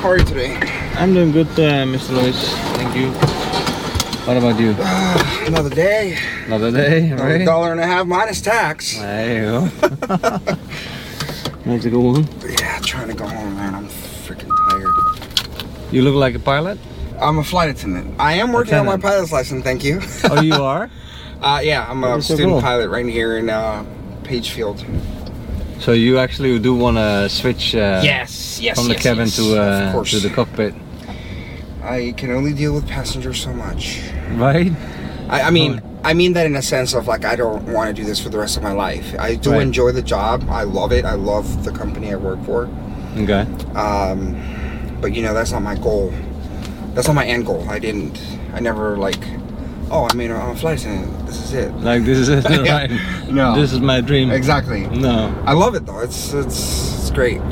How are you today? I'm doing good, uh, Mr. Lewis. Thank you. What about you? Another day. Another day, Another right? dollar and a half minus tax. There you go. That's a good one. Yeah, trying to go home, man. I'm freaking tired. You look like a pilot. I'm a flight attendant. I am working on my Attendant. pilot's license, thank you. Oh, you are. Uh, yeah, I'm a That's so student cool. pilot right here in uh, Pagefield. So you actually do want to switch uh, yes, yes. from the yes, cabin yes. to of uh, course. to the cockpit, I can only deal with passengers so much. right? I, I mean, Oh. I mean that in a sense of like I don't want to do this for the rest of my life. I do Right. enjoy the job. I love it. I love the company I work for. Okay. Um, but you know, that's not my goal. That's not my end goal. I didn't. I never like. Oh, I mean, I'm a flight attendant. This is it. Like this is it, right? No. This is my dream. Exactly. No. I love it though. It's it's it's great.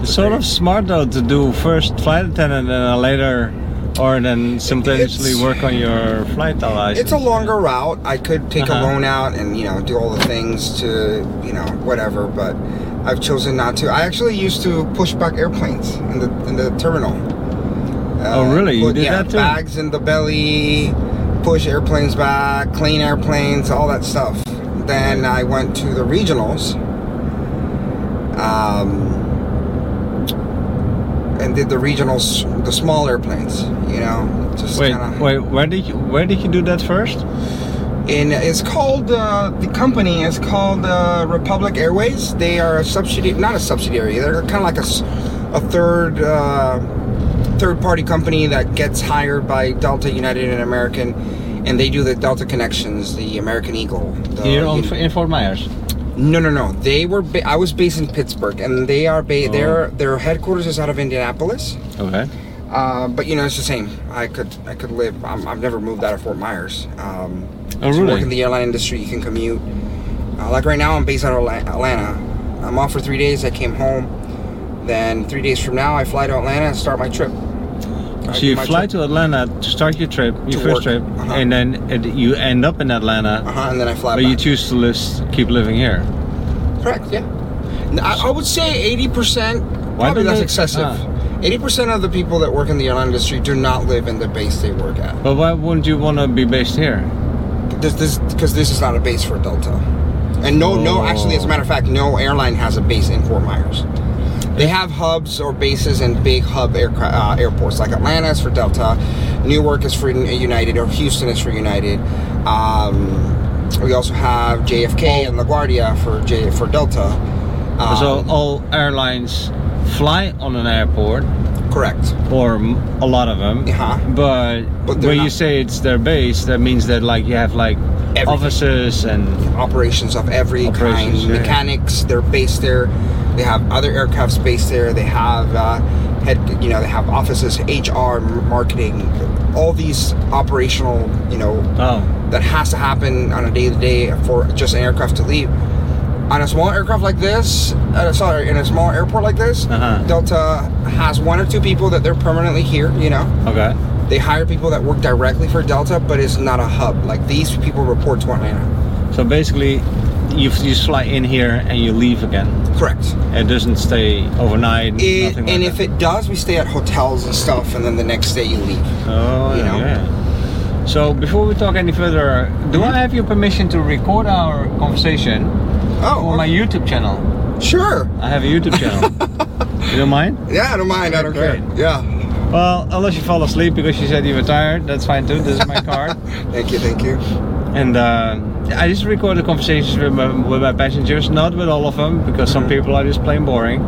It's sort of smart though to do first flight attendant and then later, or then simultaneously It's- work on your flight license. It's a longer route. I could take Uh-huh. a loan out and you know do all the things to you know whatever, but I've chosen not to. I actually used to push back airplanes in the in the terminal. Uh, Oh, really? You put- did yeah, that too? Bags in the belly, push airplanes back, clean airplanes, all that stuff. Then I went to the regionals. Um. And did the regionals, the small airplanes, you know, just Wait, kinda, wait. Where did you where did you do that first? and it's called uh, the company is called uh, Republic Airways. They are a subsidiary, not a subsidiary. They're kind of like a, s- a third uh, third party company that gets hired by Delta, United, and American, and they do the Delta connections, the American Eagle. The, Here on, you- in Fort Myers. no, no, no. They were. Ba- I was based in Pittsburgh, and they are. Ba- Oh. Their their headquarters is out of Indianapolis. Okay. Uh, but you know, it's the same. I could I could live. I'm, I've never moved out of Fort Myers. Um, Oh, to really? Work in the airline industry, you can commute. Uh, like right now, I'm based out of Atla- Atlanta. I'm off for three days. I came home. Then three days from now, I fly to Atlanta and start my trip. I So do you my fly trip, to Atlanta to start your trip, your To first work. trip, Uh-huh. and then it, you end up in Atlanta, uh-huh, and then I fly but back. you choose to list, keep living here. Correct. Yeah. No, I, I would say eighty percent. Probably do that's they- excessive. ah. Eighty percent of the people that work in the airline industry do not live in the base they work at. But why wouldn't you want to be based here? This this because this is not a base for Delta, and no no actually as a matter of fact no airline has a base in Fort Myers. They have hubs or bases in big hub aircraft uh, airports like Atlanta is for Delta, Newark is for United, or Houston is for United. Um, we also have JFK and LaGuardia for J for Delta. Um, so all airlines fly on an airport, Um, correct. or m- a lot of them. Uh-huh. But, But they're when you not- say it's their base, that means that like you have like Everything. offices and operations of every kind. Operations, yeah, yeah. Mechanics, they're based there. They have other aircrafts based there. They have uh, head, you know, they have offices, HR, marketing, all these operational, you know, oh, that has to happen on a day to day for just an aircraft to leave. On a small aircraft like this, uh, sorry, in a small airport like this, Uh-huh. Delta has one or two people that they're permanently here. You know, okay, they hire people that work directly for Delta, but it's not a hub. Like these people report to Atlanta. so basically. You, you just fly in here and you leave again. Correct. It doesn't stay It, overnight. nothing like and that. if it does, we stay at hotels and stuff, and then the next day you leave. Oh, you yeah, know? yeah. So before we talk any further, do I have your permission to record our conversation Oh, for my YouTube channel? sure. I have a YouTube channel. you don't mind? Yeah, I don't mind. I don't Great. care. Yeah. Well, unless you fall asleep because you said you were tired, that's fine too. This is my card. Thank you. Thank you. And uh, I just recorded conversations with my, with my passengers, not with all of them, because some Mm-hmm. people are just plain boring.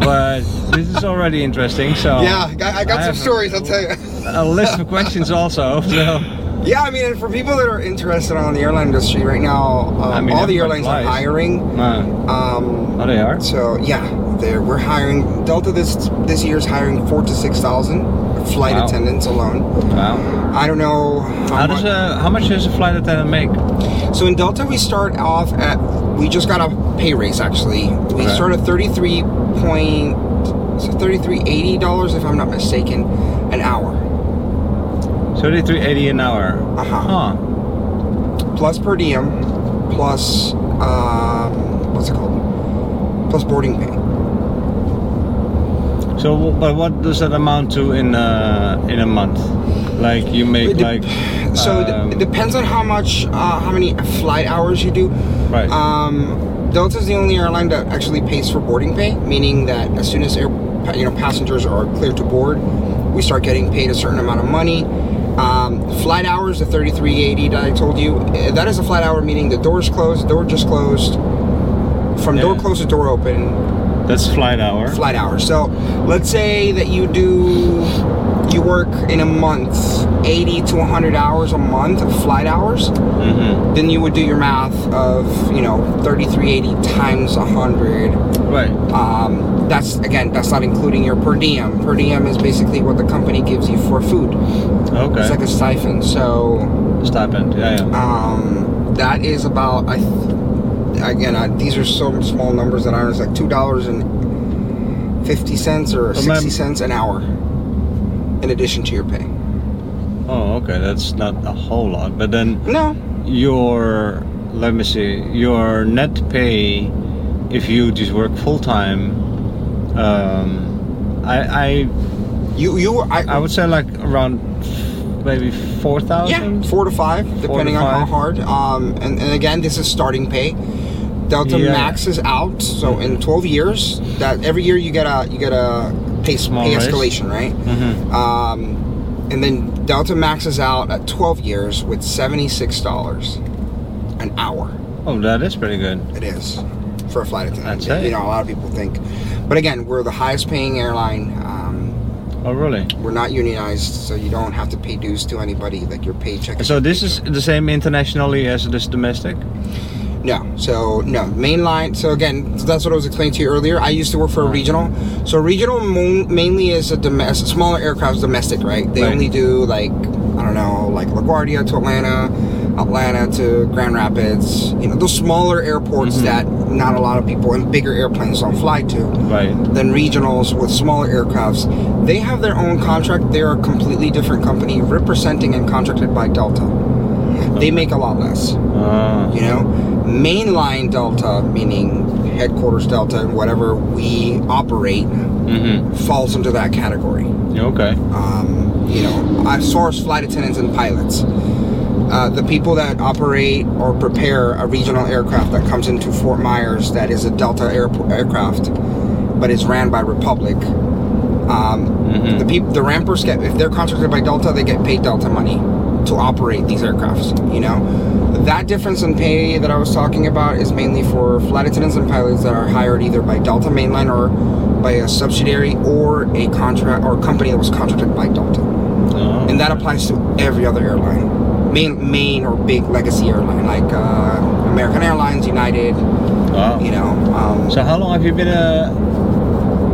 But this is already interesting. So yeah, I got, I got some Oh, I have a- stories. I'll tell you. a list of questions also. So. yeah, I mean, and for people that are interested on the airline industry right now, um, I mean, all the everybody airlines are flies. hiring. Uh, Um, oh, they are. So yeah, they're, we're hiring Delta this this year is hiring four to six thousand flight Wow. attendants alone. Wow. I don't know. How, How much. does a how much does a flight attendant make? So in Delta, we start off at we just got a pay raise actually. We Okay. start at thirty three point so thirty three eighty dollars if I'm not mistaken, an hour Thirty three eighty an hour. Uh-huh. Huh. plus per diem, plus um, what's it called? Plus boarding pay. So, w- but what does that amount to in uh, in a month? Like you make It de- like. So um, it depends on how much uh, how many flight hours you do. Right. Um, Delta is the only airline that actually pays for boarding pay, meaning that as soon as air, you know passengers are cleared to board, we start getting paid a certain amount of money. Um, flight hours, the 3380 that I told you, eh, that is a flight hour, meaning the door's closed, door just closed. From door Yeah. closed to door open, that's flight hour. flight hours. So let's say that you do, you work in a month, 80 to 100 hours a month of flight hours hmm then you would do your math of you know 3380 times 100 Right. um, that's again that's not including your per diem per diem is basically what the company gives you for food Okay. it's like a stipend so Stipend. Yeah. yeah. um, that is about i th- again I, these are so small numbers that aren't it's like two dollars and 50 cents or But ma'am- 60 cents an hour in addition to your pay Oh, okay. That's not a whole lot, but then no your let me see your net pay if you just work full time. Um, I you you i, I I would say like around maybe four Yeah, thousand. four to five, Four depending to on how five. hard. Um, and, and again, this is starting pay. Delta Yeah. Max is out, so in 12 years, that every year you get a you get a pay, Small pay raise. escalation, right? Mm-hmm. Um, and then Delta Max is out at 12 years with 76 dollars an hour. Oh, that is pretty good. It is for a flight attendant. That's it. You know, a lot of people think, but again, we're the highest paying airline. Um, Oh, really? we're not unionized, so you don't have to pay dues to anybody. Like your paycheck. So your this paycheck. is the same internationally as it is domestic. No. So no mainline. So again, that's what I was explaining to you earlier. I used to work for a regional. So regional mo- mainly is a domestic, smaller aircraft, domestic, right? They Right. only do like I don't know, like LaGuardia to Atlanta, Atlanta to Grand Rapids. You know, those smaller airports Mhm. that not a lot of people and bigger airplanes don't fly to. Right. Then regionals with smaller aircrafts, they have their own contract. They're a completely different company, representing and contracted by Delta. They make a lot less Uh, you know mainline delta meaning headquarters delta and whatever we operate mm-hmm. falls into that category Okay. um, you know as far as flight attendants and pilots uh, the people that operate or prepare a regional aircraft that comes into Fort Myers that is a Delta airpo- aircraft, but is ran by Republic. Um, Mhm. The people, the rampers get if they're contracted by Delta, they get paid Delta money to operate these aircrafts. You know, that difference in pay that I was talking about is mainly for flight attendants and pilots that are hired either by Delta Mainline or by a subsidiary or a contract or company that was contracted by Delta Oh. and that applies to every other airline, main main or big legacy airline like uh, American Airlines, United. Wow. You know, um, So how long have you been a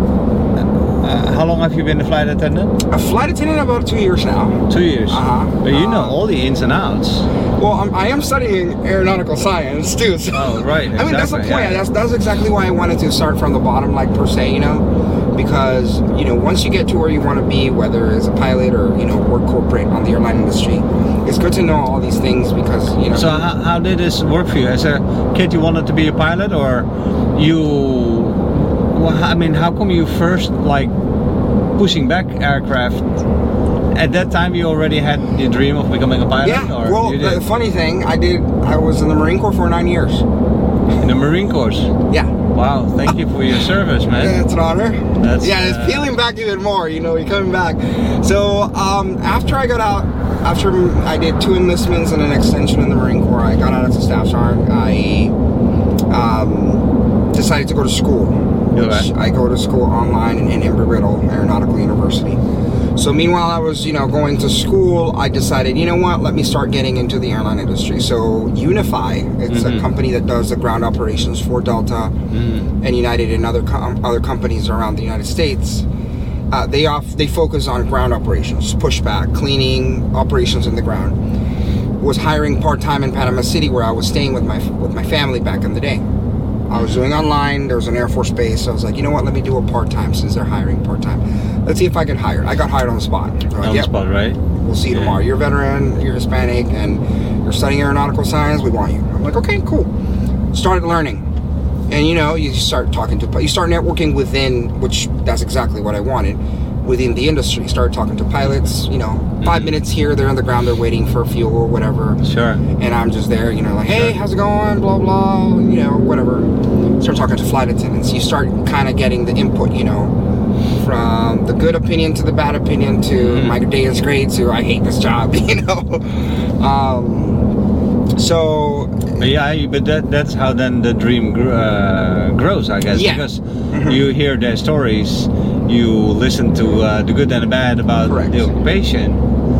uh, how long have you been a flight attendant? a flight attendant about two years now. Two years. Uh-huh. But you know Uh, all the ins and outs. Well, I'm, I am studying aeronautical science too. So. Oh, right, I mean, that's the exactly, point. yeah. That's that's exactly why I wanted to start from the bottom, like per se. You know, because you know once you get to where you want to be, whether as a pilot or you know work corporate on the airline industry, it's good to know all these things because you know. So how, how did this work for you? As a kid, you wanted to be a pilot, or you? Well, I mean, how come you first like pushing back aircraft? At that time, you already had the dream of becoming a pilot, yeah. or Well, you the did funny thing, I did. I was in the Marine Corps for nine years. uh, in the Marine Corps. Yeah. Wow, thank you for your service, Yeah, man. it's an honor. That's, yeah, it's uh, peeling back even more. You know, you're coming back. So um, after I got out, after I did two enlistments and an extension in the Marine Corps, I got out as a staff sergeant. I um, decided to go to school, which Okay. I go to school online in, in Embry-Riddle Aeronautical University. So meanwhile, I was you know going to school. I decided, you know what? Let me start getting into the airline industry. So Unify, it's a Mhm. company that does the ground operations for Delta Mm. and United and other com- other companies around the United States. Uh, they off they focus on ground operations, pushback, cleaning operations in the ground. Was hiring part time in Panama City where I was staying with my with my family back in the day. I was doing online. There was an Air Force base. I was like, you know what? Let me do a part time since they're hiring part time. Let's see if I get hired. I got hired on the spot. They're like, on the "Yep, spot, right? We'll see you Yeah. tomorrow. You're a veteran. You're Hispanic, and you're studying aeronautical science. We want you. I'm like, okay, cool. Started learning, and you know, you start talking to you start networking within, which that's exactly what I wanted within the industry. Started talking to pilots. You know, Mm-hmm. 5 minutes here, they're on the ground, they're waiting for fuel or whatever Sure. and I'm just there, you know, like, hey, how's it going? Blah blah, you know, whatever. Start talking to flight attendants. You start kind of getting the input, you know, from the good opinion to the bad opinion to my day is great to I hate this job, you know. Um, so But yeah, you- but that, that's how then the dream gr- uh, grows, I guess. Yeah. Mm-hmm. Because you hear their stories, you listen to uh, the good and the bad about Correct. the occupation,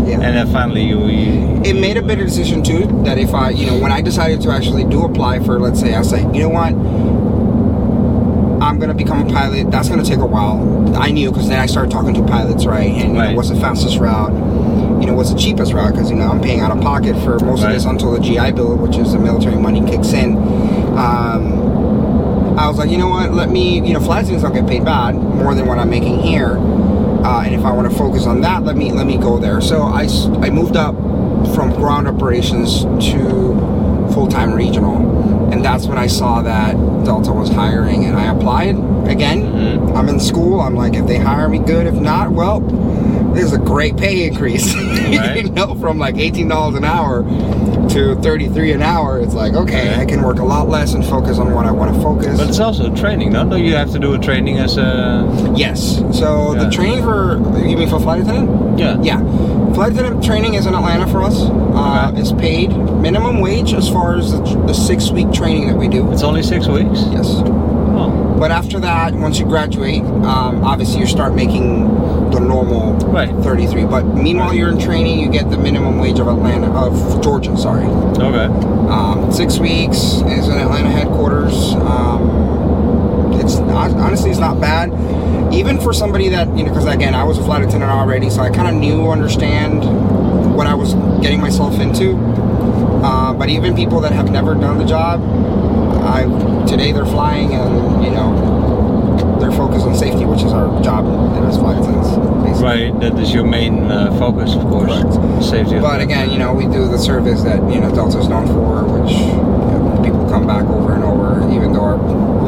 Yeah. and then finally you. you it made a you, better decision too that if I, you know, when I decided to actually do apply for, let's say, I was like, you know what, I'm gonna become a pilot. That's gonna take a while. I knew because then I started talking to pilots, right? And you know, Right. what's the fastest route? You know, what's the cheapest route? Because you know, I'm paying out of pocket for most Right. of this until the GI Bill, which is the military money, kicks in. Um, I was like, you know what? Let me, you know, flight attendants don't get paid bad more than what I'm making here, uh, and if I want to focus on that, let me let me go there. So I, s- I moved up from ground operations to full time regional, and that's when I saw that Delta was hiring, and I applied again. Mhm. I'm in school. I'm like, if they hire me, good. If not, well, this is a great pay increase. Right. you know, from like eighteen dollars an hour to thirty three an hour. It's like, okay, Right. I can work a lot less and focus on what I want to focus. But it's also training, don't you? You have to do a training as a. Yes. So Yeah. the training for you mean for flight attendant? Yeah. Yeah, flight attendant training is in Atlanta for us. Uh, Okay. It's paid minimum wage as far as the, the six week training that we do. It's only six weeks? Yes. Oh, But after that, once you graduate, um, obviously you start making the normal right. 33. But meanwhile, you're in training, you get the minimum wage of Atlanta of Georgia. Sorry, Okay. um, six weeks is in Atlanta headquarters. Um, it's not, honestly, it's not bad, even for somebody that you know. Because again, I was a flight attendant already, so I kind of knew, understand what I was getting myself into. Uh, but even people that have never done the job, I today they're flying, and you know, they're focused on safety, which is our job as flight attendants. Basically. Right, that is your main uh, focus, of course. Correct. Safety. of- But again, you know, we do the service that you know Delta's known for, which you know, people come back over and over, even though our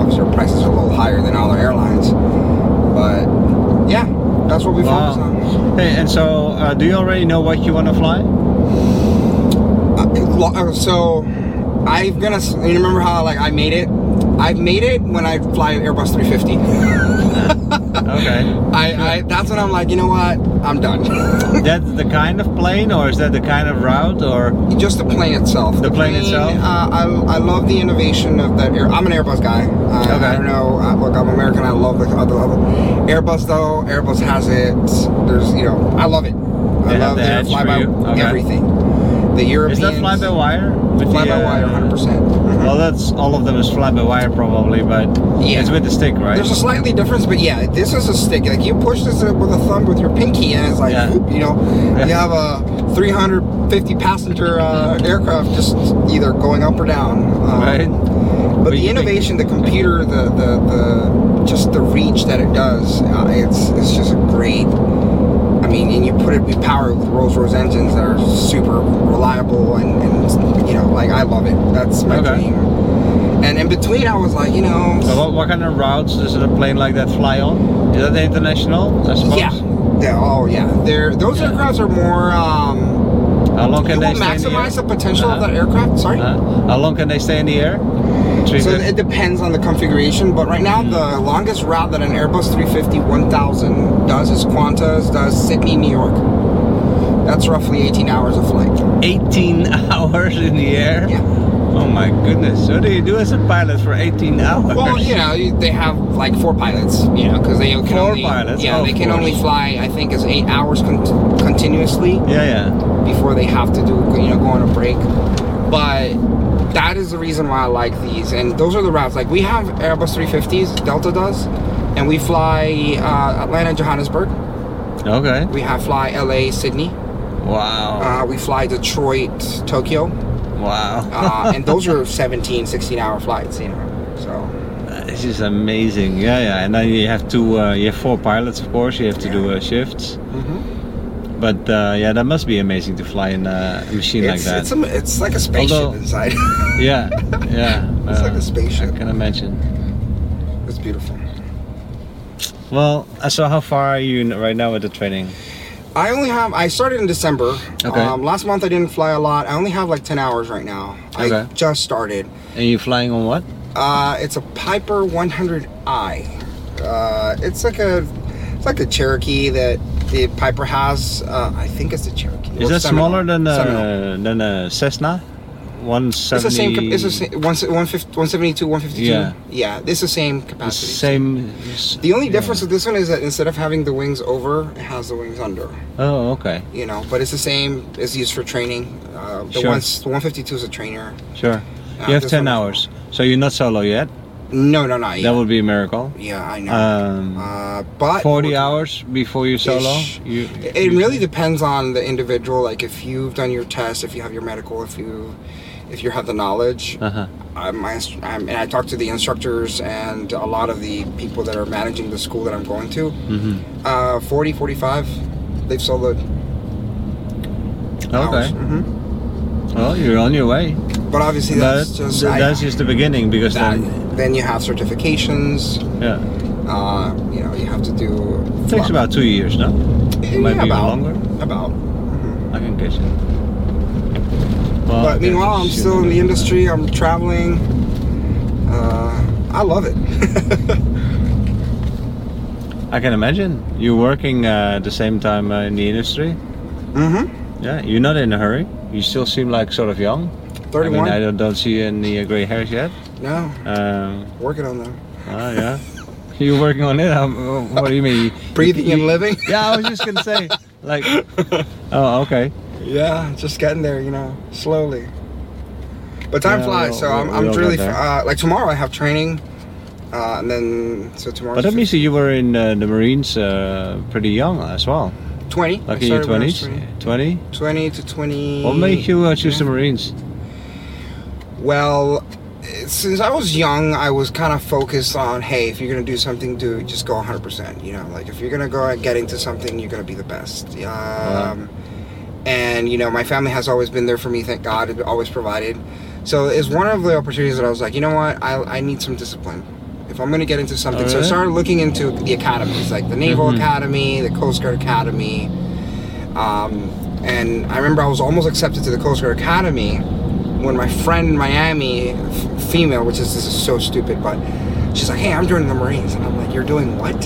obviously our prices are a little higher than other airlines. But yeah, that's what we focus on. Wow. Hey, and so uh, do you already know what you want to fly? Uh, lo- uh, so I'm gonna s- you remember how like I made it. I've made it when I fly an Airbus 350. Uh, Okay. I, I that's when I'm like, you know what? I'm done. That's the kind of plane, or is that the kind of route, or Just the plane itself. The plane itself? Uh, I, I love the innovation of that. Air, I'm an Airbus guy. Uh, I, Okay. I don't know. I, look, I'm American. I love the other level. Airbus though. Airbus has it. There's you know. I love it. I They have love the their edge fly for by you? Okay. everything. The is Europeans. that fly by wire? Fly uh, by wire, 100%. Well, that's all of them is fly by wire probably, but Yeah. it's with the stick, right? There's a slightly difference, but yeah, this is a stick. Like you push this with a thumb with your pinky, and it's like Yeah. whoop, you know, Yeah. you have a 350 passenger uh, aircraft just either going up or down. Um, right. But But the you think- innovation, the computer, the, the the just the reach that it does, uh, it's it's just a great. I mean, and you put it, we power it with Rolls Royce engines that are super reliable, and, and you know, like I love it. That's my Okay. dream. And in between, I was like, you know, So what, what kind of routes does a plane like that fly on? Is that international? I suppose. yeah, yeah, oh yeah, they're those Yeah. aircrafts are more. Um, How long can you they will stay in the air? maximize the potential Uh-huh. of that aircraft. Sorry. Huh? How long can they stay in the air? Three So fif- it depends on the configuration, but right now the Mm. longest route that an Airbus 350 1000 does is Qantas, does Sydney, New York. That's roughly 18 hours of flight. 18 hours in the air? Yeah. Oh my goodness. What do you do as a pilot for 18 hours? Well, you know, you- they have like four pilots, you know, because they can Four only pilots? yeah, Oh, they of can course. only fly I think is 8 hours con- continuously Yeah, yeah. before they have to do you know go on a break. But that is the reason why I like these, and those are the routes. Like we have Airbus 350s, Delta does, and we fly uh, Atlanta, Johannesburg. Okay. We have fly LA, Sydney. Wow. Uh, we fly Detroit, Tokyo, wow. uh, and those are 17, 16 hour flights. You know, so This is amazing. Yeah, yeah. And then you have to, uh, you have four pilots, of course. You have to do uh, shifts. But uh, yeah, that must be amazing to fly in uh, a machine it's like it's that. a, it's like a spaceship Although- inside. yeah, yeah. It's like a uh, spaceship. I can imagine. it's beautiful. Well, uh, so how far are you n- right now with the training? I only have. I started in December. Okay. Um, last month I didn't fly a lot. I only have like ten hours right now. I Okay. just started. And you flying on what? Uh, it's a Piper 100i. Uh, it's like a it's like a Cherokee that the Piper has. Uh, I think it's the Cherokee. Or Is that Seminole. smaller than uh, Seminole. a, than a Cessna? One It's seventy. the same. cap- It's the same. One, 172, 152. Yeah. Yeah. It's the same the capacity. same. The only difference with this one is that instead of having the wings over, it has the wings under. Oh, okay, You know, but it's the same. It's used for training. Uh, the Sure. ones, the 152 is a trainer. sure. Yeah, you have this ten one is- hours, so you're not solo yet. Uh, No, no, not That yet. would be a miracle. yeah, I know. Um, uh, but 40 hours before you solo? Ish. You, It it you- really depends on the individual. Like if you've done your test, if you have your medical, if you if you have the knowledge. Uh-huh. I, my, inst- I'm, and I talk to the instructors and a lot of the people that are managing the school that I'm going to. Mhm. Uh, 40, 45, they've soloed. Okay. hmm Well, you're on your way. But obviously But that's just th- I- that's just the beginning because that- then, then you have certifications. yeah. Uh, you know, you have to do. It takes about two years, no? yeah, might be even about, longer. About. I can guess it. Well, But okay, meanwhile, I'm shoot, still in the uh, industry. I'm traveling. Uh, I love it. I can imagine. You're working uh, at the same time uh, in the industry. mm-hmm. Yeah, you're not in a hurry. You still seem like sort of young. I 31. mean, I don't, don't see any uh, gray hairs yet. no, Um, working on that. oh, yeah. You're working on it? Um, what do you mean? Breathing and living. Yeah, I was just gonna say, like, oh, okay. Yeah, just getting there, you know, slowly. But time Yeah, flies, we'll- so I'm, we'll- I'm we'll really get there. uh, like tomorrow. I have training, uh, and then so tomorrow. But that means that you were in uh, the Marines uh, pretty young as well, 20. I like in your started when I was twenties, twenty. 20 to 20. What made you uh, choose the Yeah. Marines? Well, eh, since I was young, I was kind of focused on hey, if you're gonna do something, do just go 100. percent You know, like if you're gonna go and get into something, you're gonna be the best. Um, And you know, my family has always been there for me. Thank God, it always provided. So it's one of the opportunities that I was like, you know what, I, I need some discipline. If I'm gonna get into something, so I Alright. started looking into the academies, like the Naval Mhm. Academy, the Coast Guard Academy. Um, and I remember I was almost accepted to the Coast Guard Academy when my friend in Miami, f- female, which is this is so stupid, but she's like, "Hey, I'm joining the Marines," and I'm like, "You're doing what?"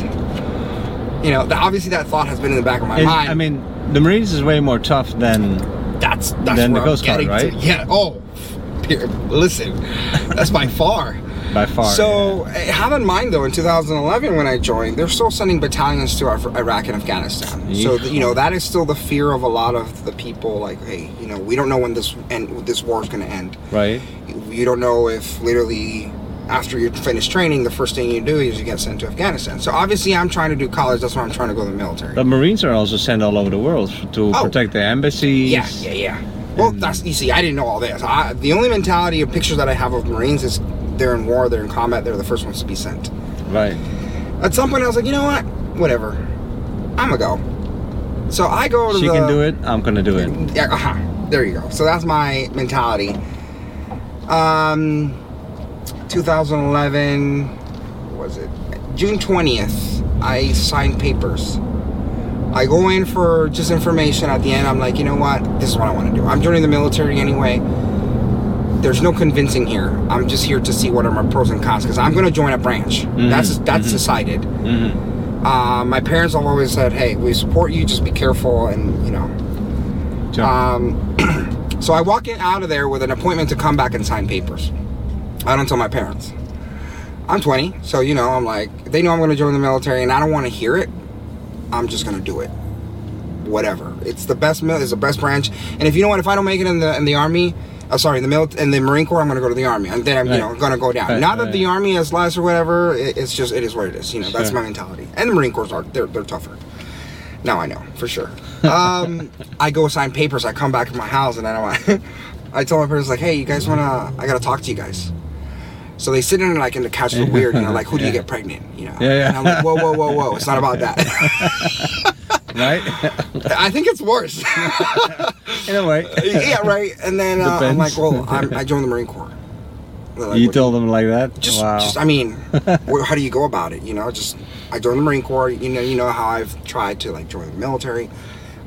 You know, that, obviously that thought has been in the back of my Is- mind. I mean, the Marines is way more tough than that's that's then where the Coast I'm Guard, getting to. right? Yeah. Oh, here, listen, that's by far. by far. So eh, have in mind though, in 2011 when I joined, they're still sending battalions to Af- Iraq and Afghanistan. So Yeehaw. you know that is still the fear of a lot of the people. Like, hey, you know, we don't know when this end, this war is going to end. yeah. right? You don't know if literally after you finish training, the first thing you do is you get sent to Afghanistan. So obviously, I'm trying to do college. That's why I'm trying to go to the military. The Marines are also sent all over the world f- to Oh. protect the embassies. Yeah, yeah, yeah. Well, that's you see, I didn't know all this. I, the only mentality and picture that I have of Marines is they're in war, they're in combat, they're the first ones to be sent. Right. At some point, I was like, you know what? Whatever. I'm gonna go. So I go to She the. can do it. I'm gonna do it. Yeah, uh-huh. There you go. So that's my mentality. Um, 2011 what was it June 20th? I signed papers. I go in for just information. At the end, I'm like, you know what? This is what I want to do. I'm joining the military anyway. There's no convincing here. I'm just here to see what are my pros and cons because I'm going to join a branch. That's that's decided. hmm Uh, my parents have always said, "Hey, we support you. Just be careful." And you know, Sure. um, so I walk in out of there with an appointment to come back and sign papers. I don't tell my parents. I'm 20, so you know I'm like they know I'm going to join the military, and I don't want to hear it. I'm just going to do it. Whatever. It's the best. mil- It's the best branch. And if you know what, if I don't make it in the in the army, uh, sorry, the mil- in the Marine Corps, I'm going to go to the Army, and then I'm you Right. know going to go down. Right, Not that right. the Army is less or whatever. It, it's just it is what it is. You know, that's Sure. my mentality. And the Marine Corps are they're they're tougher. Now I know for sure. Um, I go sign papers. I come back to my house, and I don't. I tell my parents like, hey, you guys want to? I got to talk to you guys. So they sit in and like in the couch with weird, you know, like who do you Yeah. get pregnant, you know? Yeah, yeah. And I'm like, whoa, whoa, whoa, whoa! It's not about that. right? I think it's worse. In a way. yeah, right. And then uh, I'm like, Depends. well, I'm, I joined the Marine Corps. They're like, you "What- told them like that? just, wow. just I mean, wh- how do you go about it? You know, just I joined the Marine Corps. You know, you know how I've tried to like join the military.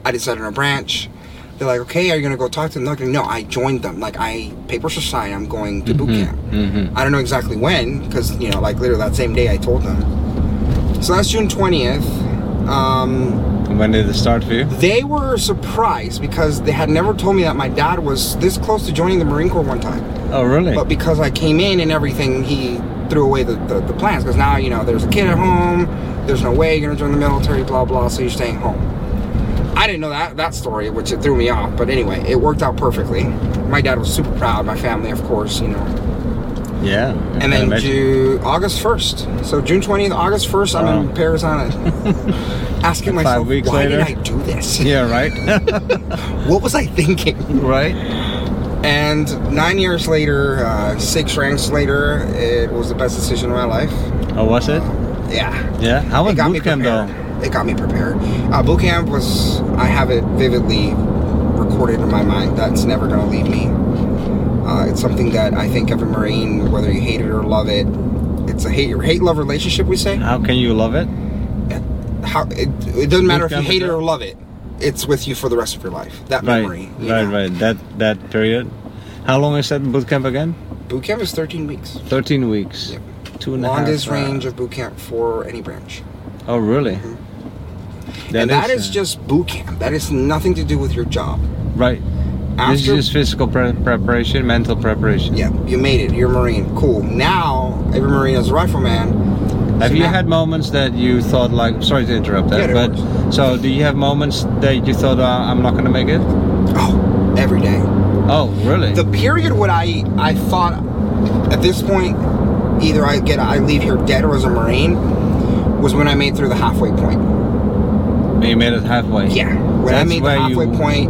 I decided on a branch. They're like, okay, are you gonna go talk to them? Like, no, I joined them. Like, I papers are signed. I'm going to boot camp. mm-hmm. I don't know exactly when because you know, like literally that same day I told them. So that's June twentieth. Um, When did it start for you? they were surprised because they had never told me that my dad was this close to joining the Marine Corps one time. Oh, really? But because I came in and everything, he threw away the, the, the plans because now, you know, there's a kid at home, there's no way you're going to join the military, blah, blah, so you're staying home. I didn't know that, that story, which it threw me off. But anyway, it worked out perfectly. My dad was super proud, my family, of course, you know. yeah. I can And then imagine. Ju- August 1st. So June 20th, August 1st, I'm Wow. in Paris, Island. Asking Five myself, weeks why later. did I do this? Yeah, right? What was I thinking? right? And nine years later, uh, six ranks later, it was the best decision of my life. Oh, was it? Yeah. Yeah. How was boot camp, prepared. though? It got me prepared. Uh, boot camp was, I have it vividly recorded in my mind. That's never going to leave me. Uh, it's something that I think every Marine, whether you hate it or love it, it's a hate hate love relationship, we say. How can you love it? How It, it doesn't matter if you camp hate it is- or love it, it's with you for the rest of your life. That Right, memory. you right, know. right. That that period. How long is that boot camp again? Boot camp is 13 weeks. Thirteen weeks. Yep. Two and a half. Longest uh, range of boot camp for any branch. Oh, really? Mm-hmm. and that is uh, just boot camp. That is nothing to do with your job. right. this is After, just physical pre- preparation, mental preparation. yeah, you made it. You're a Marine. Cool. Now, every Marine is a rifleman. Have So you now- had moments that you thought like? Sorry to interrupt that, Yeah, no but so do you have moments that you thought uh, I'm not gonna make it? Oh, every day. Oh, really? The period when I, I thought at this point, either I get I leave here dead or as a Marine, was when I made through the halfway point. you made it halfway. Yeah. When I That's made the where halfway you- point,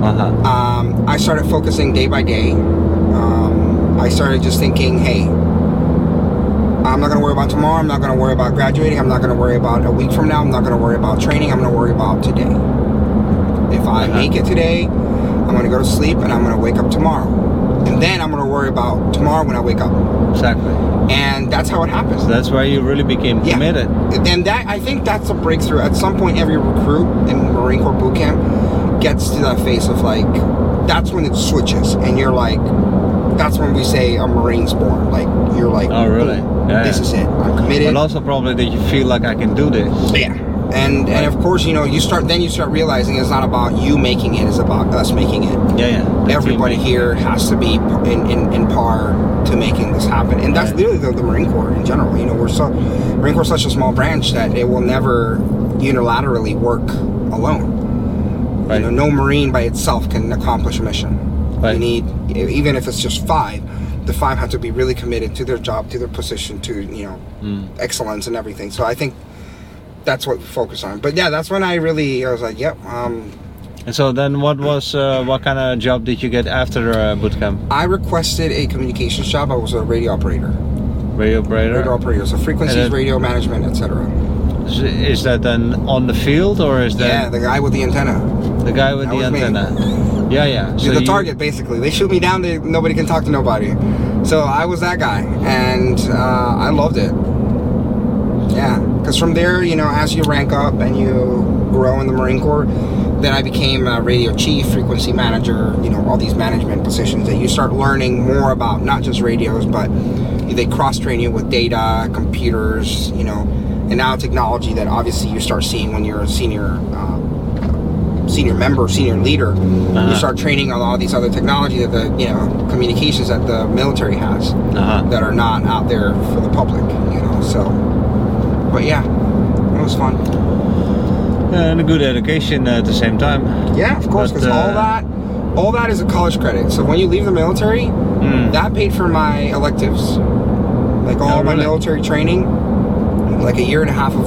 Uh huh. um, I started focusing day by day. Um, I started just thinking, hey, I'm not gonna worry about tomorrow. I'm not gonna worry about graduating. I'm not gonna worry about a week from now. I'm not gonna worry about training. I'm gonna worry about today. If I Uh-huh. make it today, I'm gonna go to sleep and I'm gonna wake up tomorrow. And then I'm gonna worry about tomorrow when I wake up. Exactly. And that's how it happens. So that's where you really became Yeah. committed. And that I think that's a breakthrough. At some point, every recruit in Marine Corps boot camp gets to that phase of like, that's when it switches, and you're like, that's when we say a Marine's born. Like you're like, Oh, really? "Boom, Yeah, this yeah. is it. I'm committed. But also probably that you feel like I can do this. yeah. And and of course, you know, you start then you start realizing it's not about you making it; it's about us making it. Yeah, yeah. The team. Everybody here has to be in, in, in par to making this happen, and that's Right. literally the, the Marine Corps in general. You know, we're so Marine Corps is such a small branch that it will never unilaterally work alone. Right. You know, no Marine by itself can accomplish a mission. Right. You need, e, even if it's just five, the five have to be really committed to their job, to their position, to you know, Mm. excellence and everything. So I think that's what we focus on. But yeah, that's when I really I was like, yep, um, And so then, what was uh, what kind of job did you get after uh, boot camp? I requested a communications job. I was a radio operator. Radio operator. radio operators, so frequencies, And then- radio management, etc. Is- Is that then on the field or is Yeah, that the guy with the antenna, the guy with that the was me. antenna? Yeah, yeah. the you- target, basically. They shoot me down. They, nobody can talk to nobody. So I was that guy, and uh, I loved it. Yeah, because from there, you know, as you rank up and you grow in the Marine Corps, then I became a radio chief, frequency manager. You know, all these management positions that you start learning more about, not just radios, but they cross train you with data, computers, you know, and now technology that obviously you start seeing when you're a senior, uh, senior member, senior leader. Uh-huh. You start training on all these other technology that the you know communications that the military has Uh-huh. that are not out there for the public, you know. So, but yeah, it was fun. And a good education uh, at the same time. Yeah, of course, But, because all uh, that all that is a college credit. So when you leave the military, Mm. that paid for my electives, like all Oh, my really? military training, like a year and a half of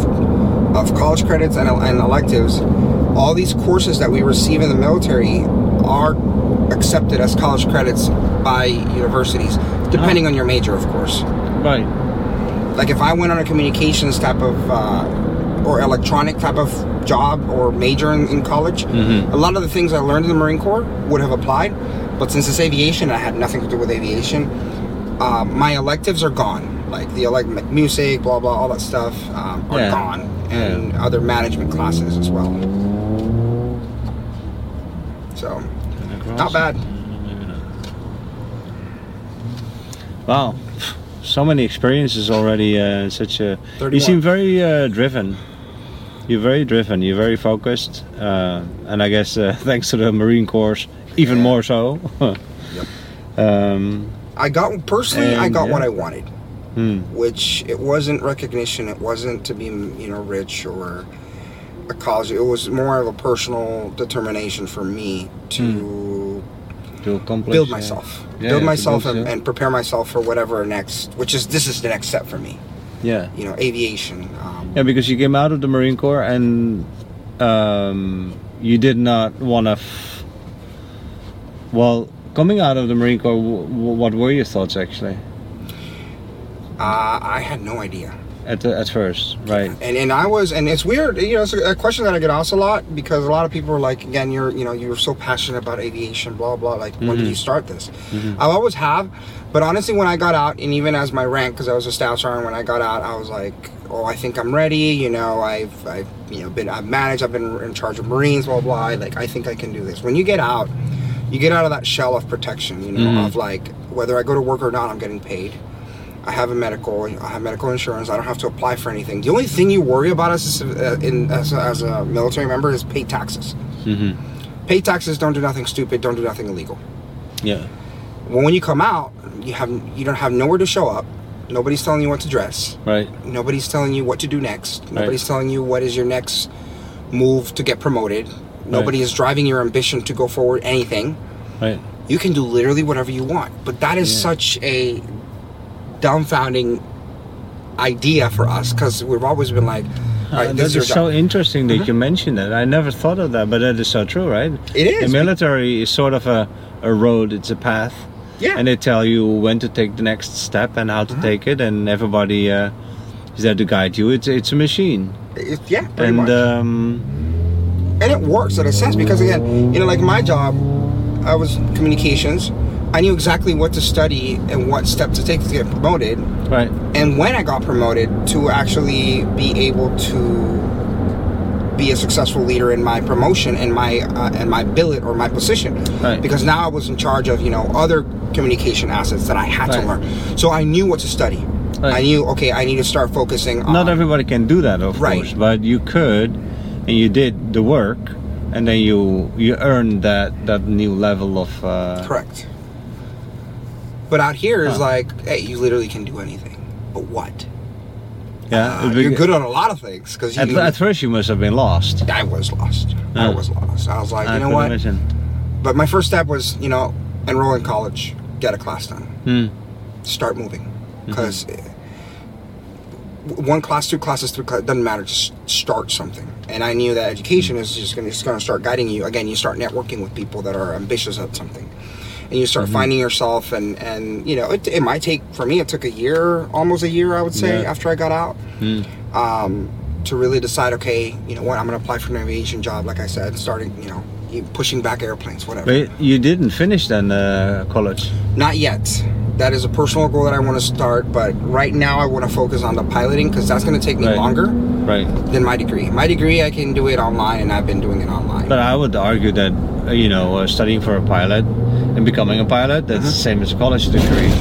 of college credits and, and electives. All these courses that we receive in the military are accepted as college credits by universities, depending Oh. on your major, of course Right. like if I went on a communications type of uh, or electronic type of job or major in, in college, Mhm. a lot of the things I learned in the Marine Corps would have applied. But since it's aviation, I had nothing to do with aviation. Uh, my electives are gone, like the elect like music, blah blah, all that stuff um, are Yeah. gone, and other management classes as well. So, not bad. Wow. So many experiences already. Uh, in such a. You 31. seem very uh, driven. You're very driven. You're very focused. Uh, and I guess uh, thanks to the Marine Corps, even Yeah. more so. um, I got personally, I And, got yeah. what I wanted. hmm. which it wasn't recognition it wasn't to be you know rich or a college it was more of a personal determination for me to To accomplish. build uh, myself Hmm. yeah, build to myself build and, yourself. and prepare myself for whatever next which is this is the next step for me yeah. you know aviation um, Yeah, because you came out of the Marine Corps and um, you did not want to. F- well, coming out of the Marine Corps, w- w- what were your thoughts actually uh, i had no idea at the, at first, right? and and I was and it's weird you know it's a, a question that I get asked a lot because a lot of people are like again you're you know you're so passionate about aviation blah blah like when did you start this I always have but honestly when I got out and even as my rank because I was a staff sergeant when I got out I was like oh I think I'm ready you know I've I've you know been I've managed I've been in charge of Marines blah blah like I think I can do this when you get out you get out of that shell of protection you know Mhm. of like whether I go to work or not I'm getting paid I have a medical. I have medical insurance. I don't have to apply for anything. The only thing you worry about as a, uh, in, as, a, as a military member is pay taxes. hmm Pay taxes. Don't do nothing stupid. Don't do nothing illegal. Yeah. Well, when you come out, you have you don't have nowhere to show up. Nobody's telling you what to dress. Right. Nobody's telling you what to do next. Nobody's telling you what is your next move to get promoted. Nobody is driving your ambition to go forward. Anything. Right. you can do literally whatever you want. But that is Yeah. such a dumbfounding idea for us because we've always been like, all right, Uh, this that is your is so job. interesting that you mentioned that. I never thought of that, but that is so true, right? It The is. military is sort of a, a road, it's a path. Yeah. Mm-hmm. And they tell you when to take the next step and how to take it, and everybody uh, is there to guide you. It's, it's a machine. It- yeah, pretty and much. um, and it works in a sense because again, you know, like my job, I was communications. I knew exactly what to study and what step to take to get promoted. right, and when I got promoted to actually be able to be a successful leader in my promotion and my uh, and my billet or my position Right. because now I was in charge of you know other communication assets that I had to Right. learn so I knew what to study Right. I knew okay I need to start focusing on not everybody can do that, of Um, Right. course, but you could, and you did the work, and then you you earned that that new level of uh, correct but out here is Huh. like hey you literally can do anything but what yeah. Uh, Be- you're good on a lot of things because At, at first, you must have been lost. I was lost I Yeah. was lost I was like I you know what could imagine. But my first step was, you know, enroll in college, get a class done, Hmm. Mm-hmm. start moving, because one class, two classes, three class doesn't matter. Just start something. And I knew that education is just going to just going to start guiding you. Again, you start networking with people that are ambitious at something, and you Mm-hmm. start finding yourself. And and you know, it, it might take for me. It took a year, almost a year, I would say, Yeah. after I got out Hmm. um, to really decide, okay, you know what, I'm going to apply for an aviation job, like I said, starting, you know, you- pushing back airplanes, whatever. But you didn't finish then uh, college. Not yet. That is a personal goal that I want to start, but right now I want to focus on the piloting because that's going to take me Right. longer Right. than my degree. My degree, I can do it online, and I've been doing it online. But I would argue that uh, you know uh, studying for a pilot and becoming a pilot that's the same as a college degree.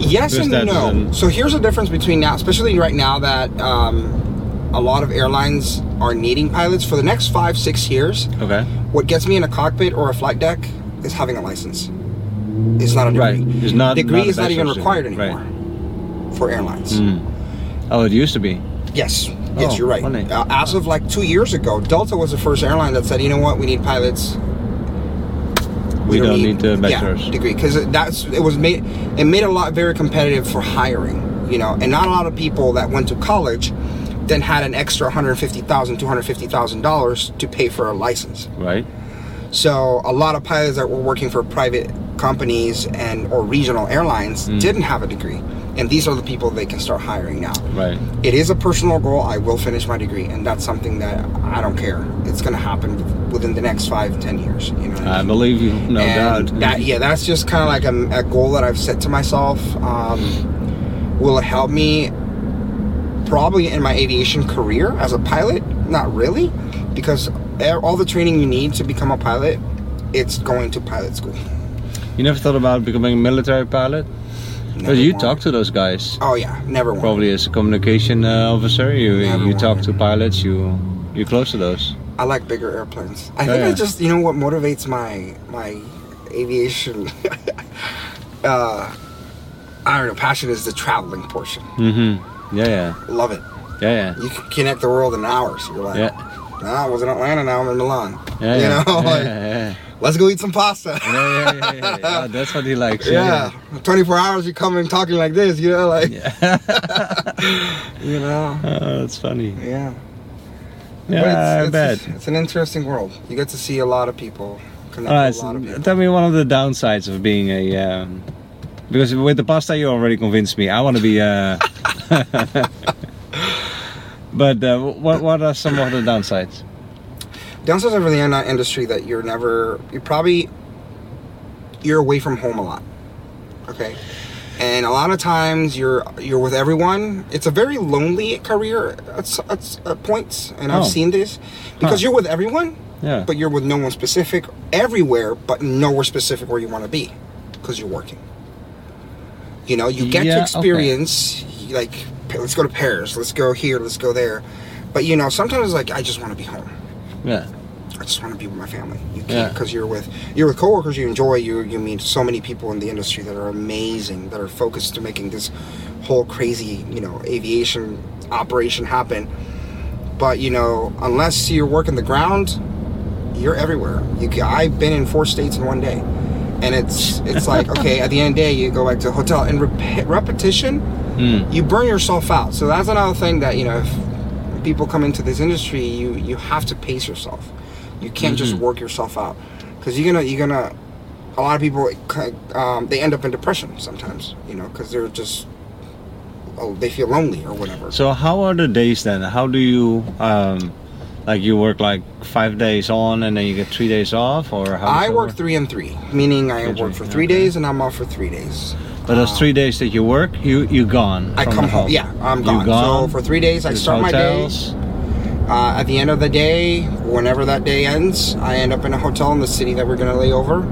Yes Because and that's no. an- so here's the difference between now, especially right now that um, a lot of airlines are needing pilots for the next five, six years. Okay. What gets me in a cockpit or a flight deck is having a license. It's not a degree. Right. It's not degree not a is not even bachelor's required degree. anymore for airlines. Oh, it used to be. Yes, yes, Oh, you're right. funny. Uh, as of like two years ago, Delta was the first airline that said, you know what, we need pilots. We You don't need the bachelor's. yeah, degree because that's it was made it made a lot very competitive for hiring. You know, and not a lot of people that went to college then had an extra 150,000, 250,000 dollars to pay for a license. right? So a lot of pilots that were working for private companies and or regional airlines Mm. didn't have a degree, and these are the people they can start hiring now. Right. It is a personal goal. I will finish my degree, and that's something that I don't care. It's going to happen within the next five, ten years. You know. what I mean? believe you, Uh, no And doubt. That yeah, that's just kind of like a, a goal that I've set to myself. Um, will it help me? Probably in my aviation career as a pilot, not really, because a- all the training you need to become a pilot, it's going to pilot school. You never thought about becoming a military pilot? Never But you wanted- talk to those guys. Oh yeah, never wanted. Probably as a communication uh, officer, you Never you talk wanted. to pilots. You you're close to those. I like bigger airplanes. I Oh, think yeah. I just you know what motivates my my aviation uh I don't know, passion is the traveling portion. Mm-hmm. Yeah, yeah, Love it. yeah, yeah. You can connect the world in hours. You're like, Yeah. nah, I was in Atlanta, now I'm in Milan. Yeah, you yeah, know, yeah, like, yeah, let's go eat some pasta. yeah, yeah, yeah, yeah, yeah. Oh, that's what he likes. Yeah. 24 hours you come in talking like this, you know, like, yeah. yeah. you know. oh, that's funny. Yeah. But Yeah, I it's, bet. Uh, it's, It's an interesting world. You get to see a lot of people, connect All right, with a lot of people. tell me one of the downsides of being a. Um, because with the pasta, you already convinced me. I want to be. Uh, but uh, what what are some of the downsides? downsides of the airline industry that you're never you probably you're away from home a lot okay and a lot of times you're you're with everyone it's a very lonely career at, s- at, s- at points and Oh. i've seen this because you're with everyone Yeah. but you're with no one specific everywhere but nowhere specific where you want to be because you're working you know you get Yeah, to okay. experience like p- let's go to paris let's go here let's go there but you know sometimes like i just want to be home yeah. I just want to be with my family. You Yeah. can't because you're with you're with coworkers you enjoy. You you meet so many people in the industry that are amazing, that are focused to making this whole crazy you know aviation operation happen. But you know, unless you're working the ground, you're everywhere. You ca I've been in four states in one day, and it's it's like okay, at the end of the day, you go back to the hotel and rep- repetition Hmm. you burn yourself out. So that's another thing that you know, if people come into this industry, you you have to pace yourself. You can't just Mhm. work yourself out because you're gonna you're gonna. A lot of people um, they end up in depression sometimes, you know, because they're just oh, they feel lonely or whatever. So how are the days then? How do you um, like you work like five days on and then you get three days off, or how? does I that work three and three, meaning I Three, work for three, three okay. days and I'm off for three days. But those three days that you work, you you gone. uh, I from come the home. Yeah, I'm You gone. So gone for three days, I to start my day. hotels. Uh, at the end of the day, whenever that day ends, I end up in a hotel in the city that we're going to lay over.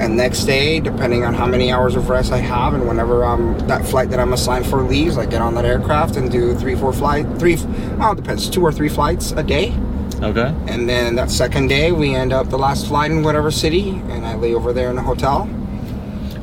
And next day, depending on how many hours of rest I have, and whenever um, that flight that I'm assigned for leaves, I get on that aircraft and do three, four flight, three, well, it depends, two or three flights a day. Okay. And then that second day, we end up the last flight in whatever city, and I lay over there in a hotel.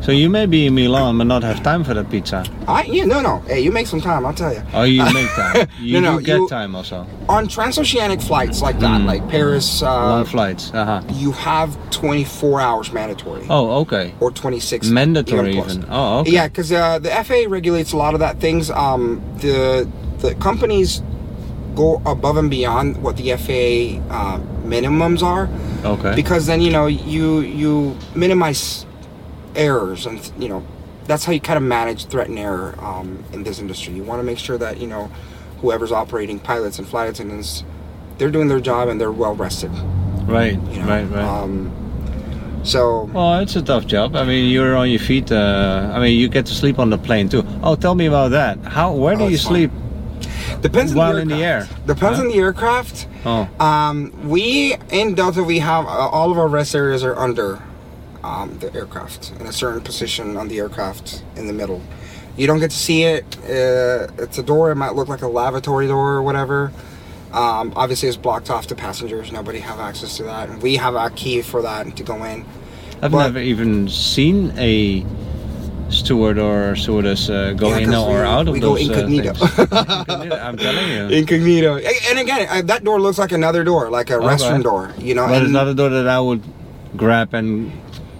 So you may be in Milan but not have time for that pizza. I yeah, no, no, hey, you make some time, I'll tell you. Oh, you make time. You No, no, do get you- time also. On transoceanic flights like that, Mm. like Paris, uh, Long flights. Uh huh. you have 24 hours mandatory. Oh, okay. or 26 Mandatory plus. even. Oh, okay. yeah because uh, the faa regulates a lot of that things um, the the companies go above and beyond what the faa uh, minimums are Okay. because then you know you you minimize errors and you know that's how you kind of manage threat and error um, in this industry you want to make sure that you know whoever's operating pilots and flight attendants they're doing their job and they're well rested right. you know Right. Right. um, so well, it's a tough job. I mean, you're on your feet. Uh, I mean, you get to sleep on the plane too. Oh, tell me about that. How? Where do Oh, you it's fine. sleep? Depends While in on the aircraft. the air. Depends Yeah. on the aircraft. Oh, Um, we in Delta, we have uh, all of our rest areas are under um, the aircraft in a certain position on the aircraft in the middle. You don't get to see it. Uh, it's a door. It might look like a lavatory door or whatever. Um, obviously, it's blocked off to passengers. Nobody have access to that, and we have a key for that to go in. I've Well- never even seen a steward or stewardess uh, go Yeah, in 'cause or we- out of we go those uh, incognito. things. Incognito, I'm telling you. Incognito. And and again, uh, that door looks like another door, like a Okay. restroom door. You know, But it's and- not a door that I would grab and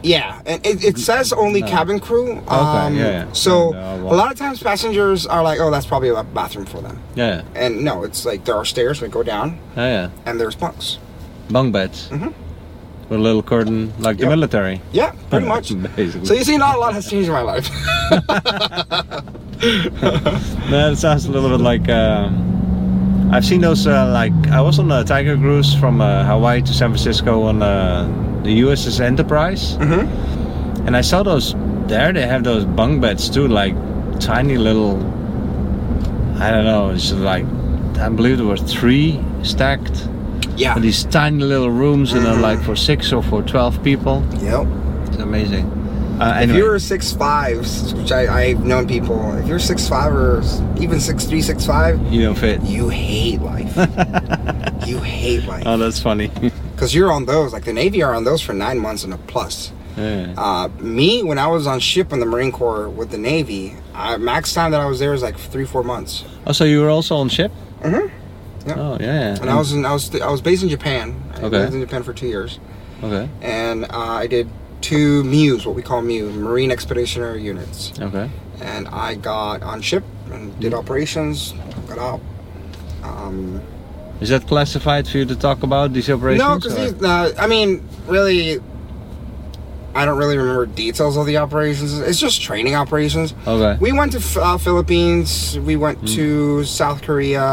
Yeah, and it, it says only No. cabin crew. Um, yeah, yeah. So No, a well- lot of times passengers are like, "Oh, that's probably a bathroom for them," Yeah, and no, it's like there are stairs that go down, yeah, yeah. and there's bunks. Bunk beds Mhm. with a little curtain, like the Yep. military. Yeah, pretty much. Basically. So you see, not a lot has changed in my life. That sounds a little bit like. Um, I've seen those uh, like I was on a Tiger cruise from uh, Hawaii to San Francisco on uh, the USS Enterprise, mm-hmm. and I saw those there. They have those bunk beds too, like tiny little. I don't know. It's just like I believe there were three stacked. Yeah. And these tiny little rooms, and they're Mm-hmm. like for six or for twelve people. Yep. It's amazing. Uh, If anyway, you're six five, which I, I've known people, if you're six five or s- even six three, six five, you don't fit. you hate life. you hate life Oh, that's funny. because you're on those. Like the Navy are on those for nine months and a plus. yeah. Uh, me, when I was on ship in the Marine Corps with the Navy, I, max time that I was there was like three four months. Oh, so you were also on ship? Mhm. Yeah. Oh, yeah. And I was in, I was I was based in Japan. I Okay. lived in Japan for two years, Okay. and uh, I did two MUs, what we call MU, Marine Expeditionary Units. Okay. and I got on ship and Mm-hmm. did operations. Got out. Um, Is that classified for you to talk about these operations? no, because uh, I mean, really, I don't really remember details of the operations. It's just training operations. or- okay. We went to Ph- uh, Philippines. We went to South Korea.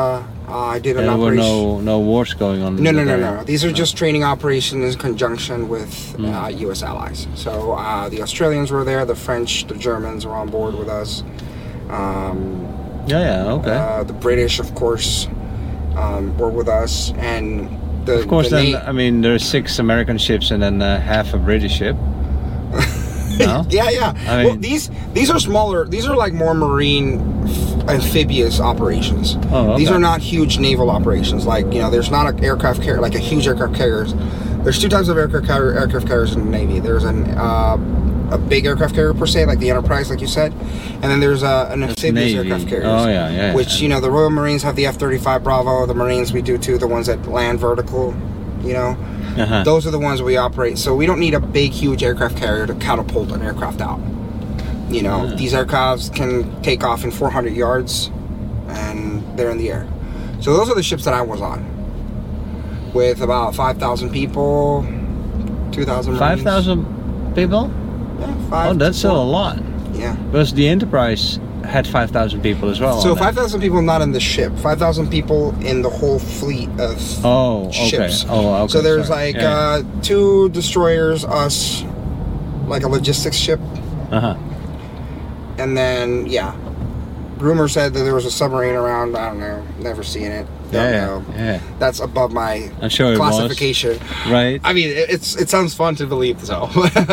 Uh, I did an Hmm. there were operation. no no wars going on. No, in no, that no, area. no. These are just training operations in conjunction with Hmm. uh, U.S. allies. So uh, the Australians were there. The French, the Germans were on board with us. Um, Yeah, yeah. Okay. Uh, the British, of course, um, were with us, and the of course, the then Na- I mean there are six American ships and then uh, half a British ship. no. yeah, yeah. I well, mean- these these are smaller. These are like more marine f- amphibious operations. Oh, These okay. are not huge naval operations. Like you know, there's not an aircraft carrier, like a huge aircraft carrier. There's two types of aircraft carrier, aircraft carriers in the Navy. There's an uh, a big aircraft carrier per se, like the Enterprise, like you said, and then there's uh, an amphibious Navy. aircraft carrier. Oh, yeah, yeah. Which you know, the Royal Marines have the F-35 Bravo. The Marines we do too. The ones that land vertical, you know. Uh-huh. Those are the ones we operate. So we don't need a big, huge aircraft carrier to catapult an aircraft out. You know, Yeah. these aircrafts can take off in 400 yards and they're in the air. So those are the ships that I was on with about 5,000 people, 2,000 Marines. Five thousand people. Yeah, Oh, five that's to still a four. lot. Yeah. Because the Enterprise had five thousand people as well. So on it. 5,000 people not in the ship, 5,000 people in the whole fleet of Oh, okay. ships. Oh, okay. So there's sorry. like Yeah, yeah. uh, two destroyers, us, like a logistics ship, Uh-huh. and then yeah. Rumor said that there was a submarine around. I don't know. Never seen it. Don't Yeah, know. yeah, yeah. That's above my I'm sure it classification. was. Right, I mean, it, it's it sounds fun to believe so.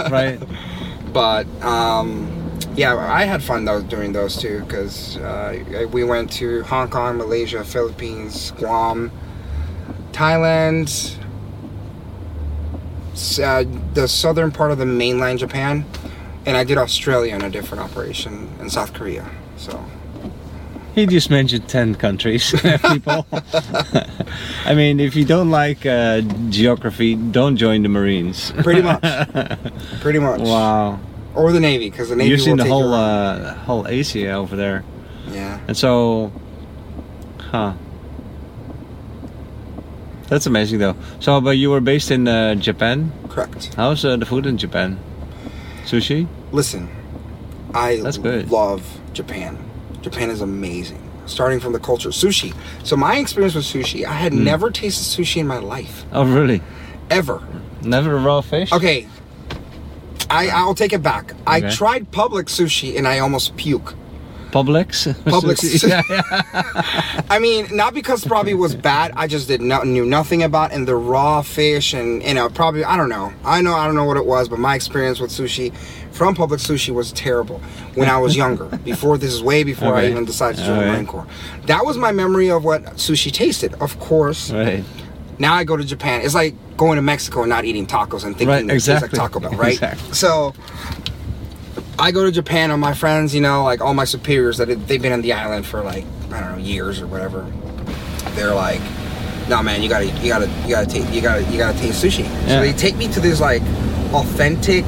right. but um, yeah, I had fun though doing those too because uh, we went to Hong Kong, Malaysia, Philippines, Guam, Thailand, s- uh, the southern part of the mainland Japan, and I did Australia in a different operation in South Korea. So He just mentioned 10 countries, people. I mean, if you don't like uh, geography, don't join the Marines. pretty much, pretty much, wow. or the Navy because the Navy You've seen will the take whole your- uh, whole Asia over there. yeah. And so, huh. That's amazing though. So, but you were based in uh, Japan. Correct. How's uh, the food in Japan? Sushi? Listen, I That's good. love Japan. Japan is amazing. Starting from the culture, sushi. So my experience with sushi, I had Hmm. never tasted sushi in my life, Oh, really? ever. Never raw fish? Okay, I I'll take it back. I Okay. tried public sushi and I almost puke. Publix? Publix. Sushi? yeah, yeah. I mean, not because probably it was bad. I just did not knew nothing about and the raw fish and you know probably I don't know. I know I don't know what it was, but my experience with sushi from public sushi was terrible when I was younger. before this is way before I Okay. even decided to join the Alright. Marine Corps. That was my memory of what sushi tasted. Of course, Right. now I go to Japan. It's like going to Mexico and not eating tacos and thinking Right, that it's like exactly. Taco Bell, right? Exactly. So I go to Japan and my friends, you know, like all my superiors that had- they've been on the island for like I don't know years or whatever. They're like, "No, man, you gotta, you gotta, you gotta take, you gotta, you gotta taste sushi." Yeah. So they take me to this like authentic,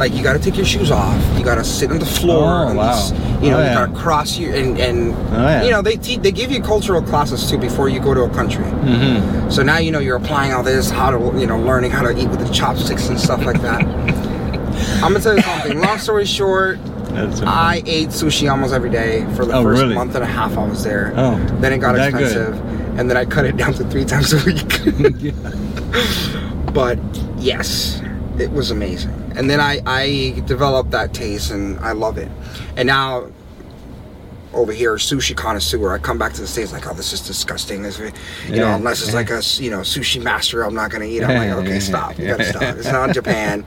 Like you got to take your shoes off. You got to sit on the floor. Oh, and wow. s- you know, Oh, you yeah. got to cross you and and Oh, yeah. you know they te- they give you cultural classes too before you go to a country. Mm-hmm. So now you know you're applying all this, how to you know learning how to eat with the chopsticks and stuff like that. I'm gonna tell you something. Long story short, That's I ate sushi almost every day for the Oh, first really? month and a half I was there. Oh, then it got that good. expensive, and then I cut it down to three times a week. but yes, it was amazing. And then I, I developed that taste and I love it. And now over here, sushi connoisseur, I come back to the States like, oh, this is disgusting. This, you know, Yeah. unless it's like a, s- you know, sushi master, I'm not going to eat. I'm like, okay, stop. You got to stop. It's not Japan.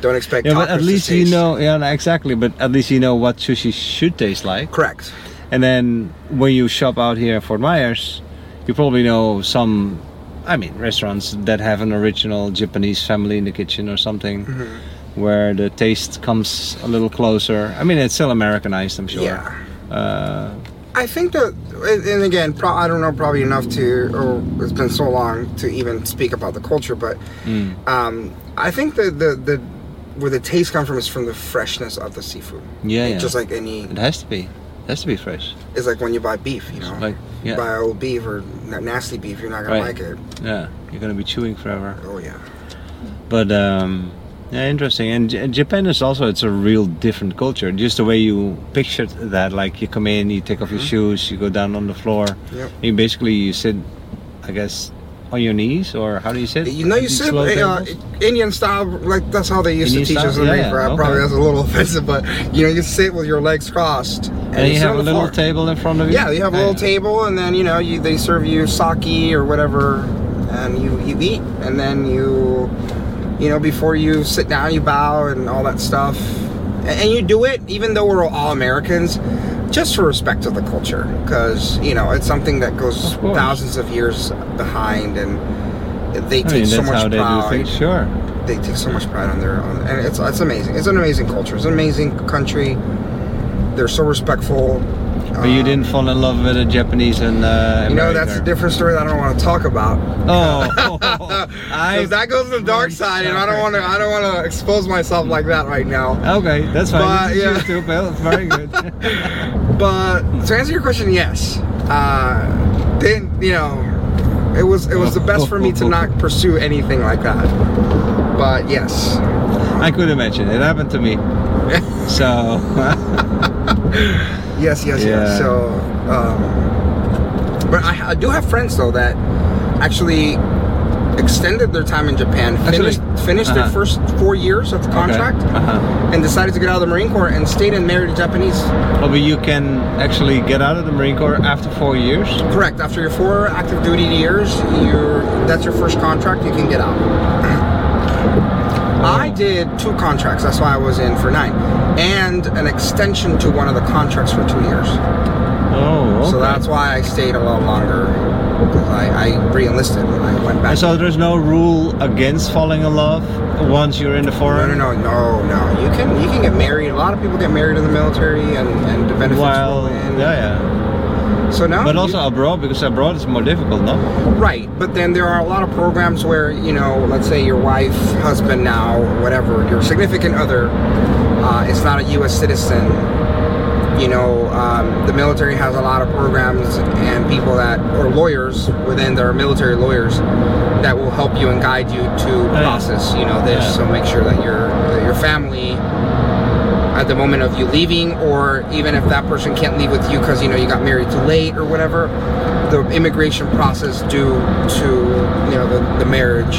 Don't expect yeah, but tacos at to least you taste- know. Yeah, no, exactly. But at least you know what sushi should taste like. Correct. And then when you shop out here in Fort Myers, you probably know some, I mean, restaurants that have an original Japanese family in the kitchen or something, Mm-hmm. where the taste comes a little closer. I mean, it's still Americanized, I'm sure. Yeah. Uh, I think that, and and again, pro- I don't know probably enough to, or it's been so long to even speak about the culture, but mm, um, I think that the, the where the taste comes from is from the freshness of the seafood. yeah, yeah. Just like any, it has to be. It has to be fresh. it's like when you buy beef, you know, Like, you yeah, buy old beef or na- nasty beef, you're not gonna Right. like it. yeah. You're gonna be chewing forever. Oh yeah, But um, yeah, interesting. And J- Japan is also it's a real different culture. Just the way you pictured that, like you come in, you take off your shoes, you go down on the floor. Mm-hmm. Yep. You basically you sit, I guess, on your knees or how do you sit? you know you These said slow uh, tables? Indian style, like that's how they used Indian to teach style? us in Yeah, America. yeah, okay. Probably that's a little offensive, but you know you sit with your legs crossed and, and you sit have on a the little floor. table in front of you. Yeah, you have a Yeah, little yeah. table, and then you know you they serve you sake or whatever, and you you eat, and then you you know before you sit down you bow and all that stuff, and, and you do it even though we're all Americans, just for respect to the culture, because you know it's something that goes Of course. thousands of years behind, and they I take mean, so that's much how they do pride. things. Sure. They take so much pride on their own, and it's it's amazing. It's an amazing culture. It's an amazing country. They're so respectful. But you didn't fall in love with a Japanese and uh, Um, You know, American. that's a different story that I don't want to talk about. Oh, I, Because that goes to the dark side, and I don't want to. I don't want to expose myself like that right now. Okay, that's But, fine. This is yeah. YouTube, well, Very good. But to answer your question, yes. Uh, didn't you know? It was it was the best for me to not pursue anything like that. But yes, I could imagine. It happened to me. so, yes, yes, yes. Yeah. So, um, but I, I do have friends though that actually extended their time in Japan, Actually? finished finished their Uh-huh. first four years of the contract. Okay. Uh-huh. and decided to get out of the Marine Corps and stayed and married a Japanese. Oh, but you can actually get out of the Marine Corps after four years. Correct. After your four active duty years, your that's your first contract. You can get out. I did two contracts. That's why I was in for nine, and an extension to one of the contracts for two years. Oh, okay. So that's why I stayed a little longer. 'cause I, I re-enlisted when I went back. And so there's no rule against falling in love once you're in the no, no, foreign. no, no, no. You can you can get married. A lot of people get married in the military, and and the benefits Well, roll in. yeah, yeah. So now, But you- also abroad, because abroad it's more difficult, no? Right, but then there are a lot of programs where, you know, let's say your wife, husband now, whatever, your significant other uh, is not a U.S. citizen. You know, um, the military has a lot of programs and people that, or lawyers within their military lawyers, that will help you and guide you to yeah. process, you know, this. Yeah. So make sure that your that your family at the moment of you leaving, or even if that person can't leave with you because you know you got married too late or whatever, the immigration process due to you know the, the marriage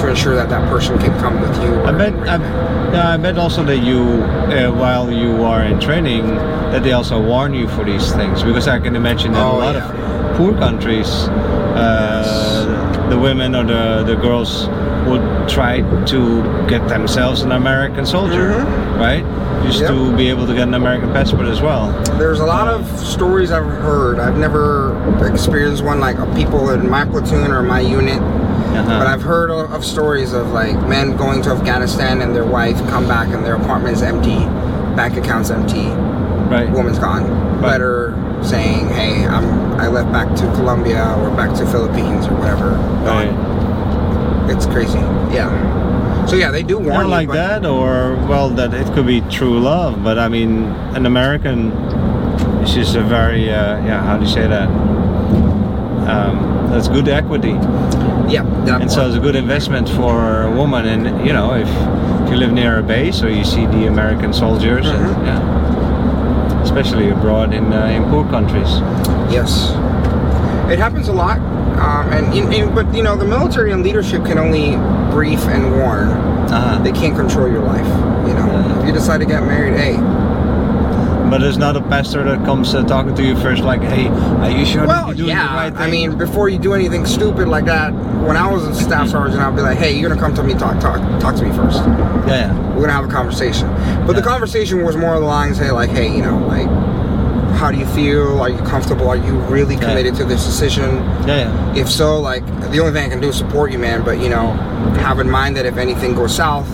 to ensure that that person can come with you. I or- bet. I, yeah, I bet also that you, uh, while you are in training, that they also warn you for these things because I can imagine that Oh, a lot yeah. of poor countries, uh, the women or the the girls would try to get themselves an American soldier, Mhm. right? Just Yep. to be able to get an American passport as well. There's a lot of stories I've heard. I've never experienced one like of people in my platoon or my unit, Uh-huh. but I've heard of of stories of like men going to Afghanistan and their wife come back and their apartment's empty, bank account's empty. right. woman's gone. Right. Letter saying, "Hey, I'm I left back to Colombia or back to Philippines or whatever." Right. It's crazy. Yeah. So yeah, they do warn Not you, like but- that, or well, that it could be true love, but I mean, an American is just a very uh, yeah. How do you say that? Um, that's good equity, Yeah, that and so part. it's a good investment for a woman. And you know, if, if you live near a base or you see the American soldiers, Mhm. and, yeah, especially abroad in uh, in poor countries. Yes, it happens a lot, um, and, in in- but you know the military and leadership can only brief and warn. Uh-huh. They can't control your life. You know, Yeah. if you decide to get married, hey, But there's not a pastor that comes uh, talking to you first, like, "Hey, are you sure that well, you're doing yeah. the right thing?" I mean, before you do anything stupid like that, when I was a staff sergeant, I'd be like, hey, you're gonna come to me talk talk talk to me first. yeah, yeah. We're gonna have a conversation. But the Yeah. conversation was more along the lines, hey, like, hey, you know, like, how do you feel? Are you comfortable? Are you really Yeah. committed to this decision? yeah, yeah. If so, like the only thing I can do is support you, man. But you know, have in mind that if anything goes south,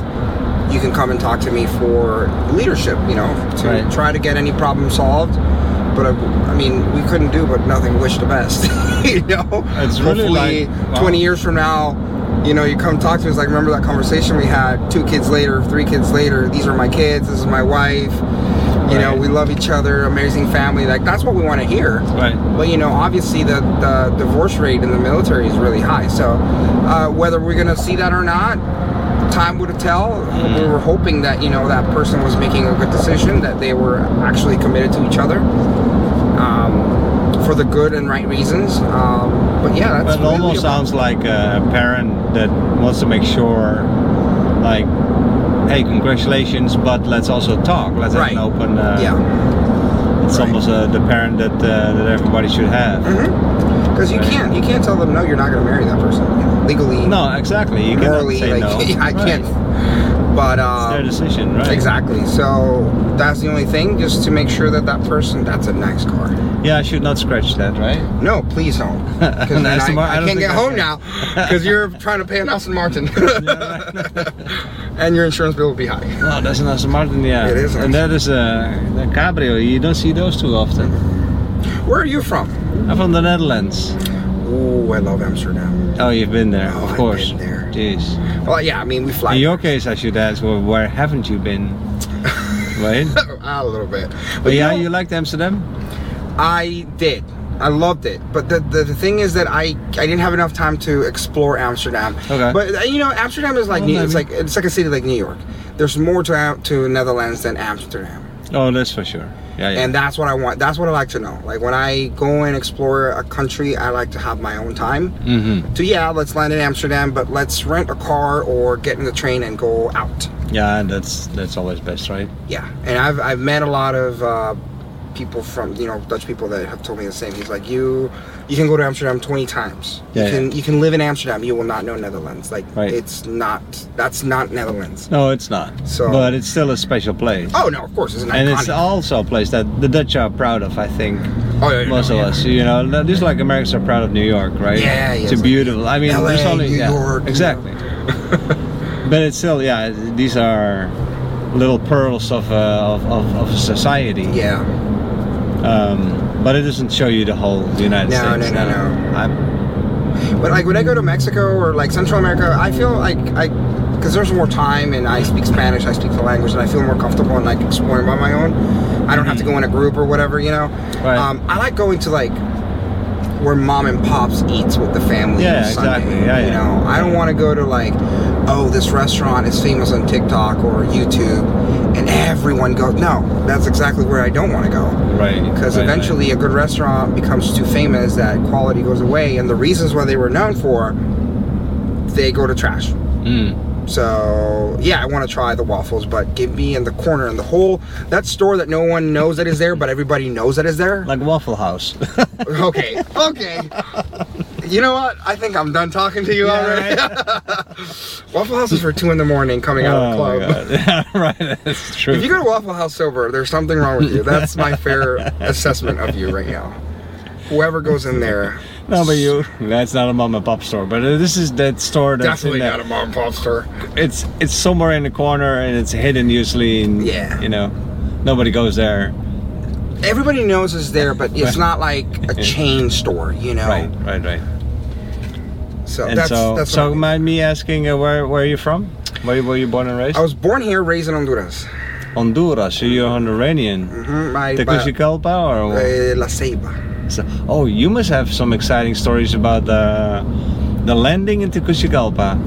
you can come and talk to me for leadership. You know, to Right. try to get any problem solved. But I, I mean, we couldn't do but nothing. Wish the best. you know, It's really hopefully like- wow. twenty years from now, you know, you come talk to us. Like remember that conversation we had two kids later, three kids later. These are my kids. This is my wife. You know, Right. we love each other. Amazing family. Like that's what we want to hear. Right. But you know, obviously the, the divorce rate in the military is really high. So uh, whether we're gonna see that or not, time would tell. Mm-hmm. We were hoping that you know that person was making a good decision, that they were actually committed to each other um, for the good and right reasons. Um, but yeah, that's But it really almost about- sounds like a parent that wants to make sure, like, hey, congratulations, but let's also talk. Let's Right. have an open. Uh, yeah, It's right. almost uh, the parent that uh, that everybody should have. because Mm-hmm. you Right. can't you can't tell them no, you're not gonna marry that person you know, legally, No, exactly. You cannot morally. say like no. I Right. can't. But It's uh, their decision, right? Exactly. So that's the only thing, just to make sure that that person. That's a nice car. Yeah, I should not scratch that, right? No, please don't. Because An then I, Aston Martin? I I don't can't think get I home can. now because you're trying to pay an Aston Martin, and your insurance bill will be high. Well, that's an Aston Martin, yeah. It is an And that is a, a cabrio. You don't see those too often. Where are you from? I'm from the Netherlands. Oh, I love Amsterdam. Oh, you've been there, Oh, of I've course. been there. Jeez. Well, yeah, I mean we fly. In your case, I should ask, well, where haven't you been? right? a little bit. But yeah, know- you liked Amsterdam? I did. I loved it. But the, the, the thing is that I I didn't have enough time to explore Amsterdam. Okay. But uh, you know, Amsterdam is like Well, New, it's like maybe. it's like a city like New York. There's more to Am- to Netherlands than Amsterdam. Oh, that's for sure. Yeah, yeah. And that's what I want. That's what I like to know. Like when I go and explore a country, I like to have my own time. mm-hmm. So yeah, let's land in Amsterdam, but let's rent a car or get in the train and go out. Yeah, that's that's always best, right? Yeah, and I've I've met a lot of uh, people from you know Dutch people that have told me the same. He's like you, you can go to Amsterdam twenty times. you Yeah, yeah. can you can live in Amsterdam. You will not know Netherlands. Like Right. it's not that's not Netherlands. No, it's not. So- but it's still a special place. Oh no, of course it's an and iconic. it's also a place that the Dutch are proud of, I think. oh yeah, yeah, Most of yeah. us, you know, no- just like Americans are proud of New York, right? Yeah, yeah, It's it's a like beautiful. I mean, LA, there's only New yeah, York, you exactly. but it's still, yeah, these are little pearls of uh, of, of, of society. Yeah, Um, but it doesn't show you the whole United No, States. no, no, no. I'm, but like when I go to Mexico or like Central America, I feel like I because there's more time and I speak Spanish, I speak the language, and I feel more comfortable and like exploring by my own. I don't have to go in a group or whatever, you know. Right. Um, I like going to like where mom and pops eats with the family. Yeah, on Sunday, exactly. Yeah, You yeah. know, I don't want to go to like, oh, this restaurant is famous on TikTok or YouTube, and everyone goes. No, that's exactly where I don't want to go right. because right, right. eventually a good restaurant becomes too famous that quality goes away and the reasons why they were known for they go to trash Mm. so yeah i want to try the waffles but give me in the corner in the whole that store that no one knows that is there but everybody knows that is there Like Waffle House. okay okay you know what i think i'm done talking to you Yeah, already waffle house is for two in the morning coming out of the Oh my club God. Yeah, right. That's true. if you go to Waffle House sober, there's something wrong with you. That's my fair assessment of you right now. Whoever goes in there, no, but you. That's not a mom and pop store, but uh, this is that store that's definitely in there. not a mom and pop store. it's it's somewhere in the corner and it's hidden usually. And, Yeah. You know, nobody goes there. Everybody knows it's there, but it's Right. not like a chain store, you know. Right. Right. Right. So And that's so, Oh. that's what I so mean. mind me asking, uh, where where are you from? Where you- were you born and raised? I was born here, raised in Honduras. Honduras. So you're Honduranian. hmm My Tegucigalpa or pa- what? eh, La Ceiba. So- oh, you must have some exciting stories about the the landing in Tegucigalpa.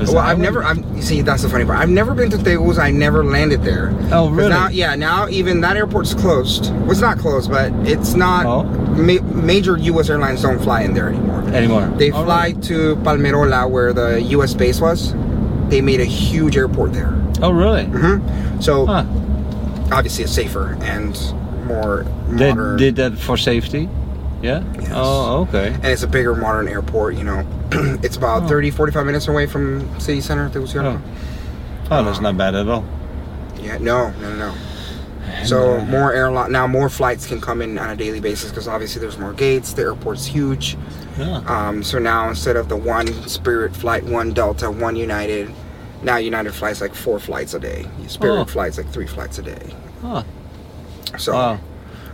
Was Well, that I've one? never. I'm, you see, that's the funny part. I've never been to Tegus. I never landed there. Oh, 'Cause really? Now, yeah. Now even that airport's closed. Well, it's not closed, but it's not. Oh. Ma- major U.S. airlines don't fly in there anymore. anymore. They Oh, fly to Palmerola, where the U.S. base was. They made a huge airport there. really? Oh, really? hmm So Huh. obviously, it's safer and more They modern. did that for safety. Yeah. Yes. Oh, okay. and it's a bigger modern airport you know it's about Oh. 30 45 minutes away from city center Tegucigalpa. Oh, Uh-huh. that's not bad at all. yeah no no no no. so more airline now more flights can come in on a daily basis because obviously there's more gates the airport's huge Yeah. um, so now instead of the one spirit flight one delta one united now united flies like four flights a day spirit Oh. flies like three flights a day Huh. so Wow.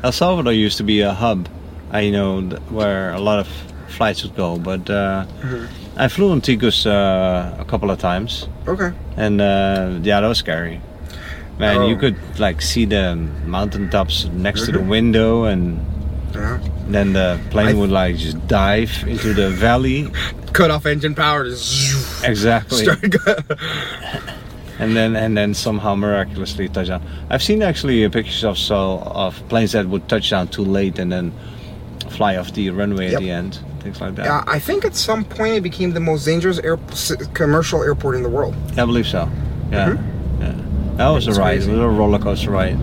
El Salvador used to be a hub, I know, th- where a lot of flights would go. But uh, Mhm. I flew in Ticus uh, a couple of times, okay and uh, yeah, that was scary. Man, you Oh. could like see the mountaintops next to the window, and yeah. then the plane I- would like just dive into the valley. cut off engine power just Exactly. start go- and then and then somehow miraculously touch down. I've seen actually uh, pictures of so of planes that would touch down too late and then fly off the runway Yep. at the end, things like that. Yeah, I think at some point it became the most dangerous air, s- commercial airport in the world. I believe so. Yeah, yeah. That was Mm-hmm. a It's ride. crazy. It was a roller coaster ride.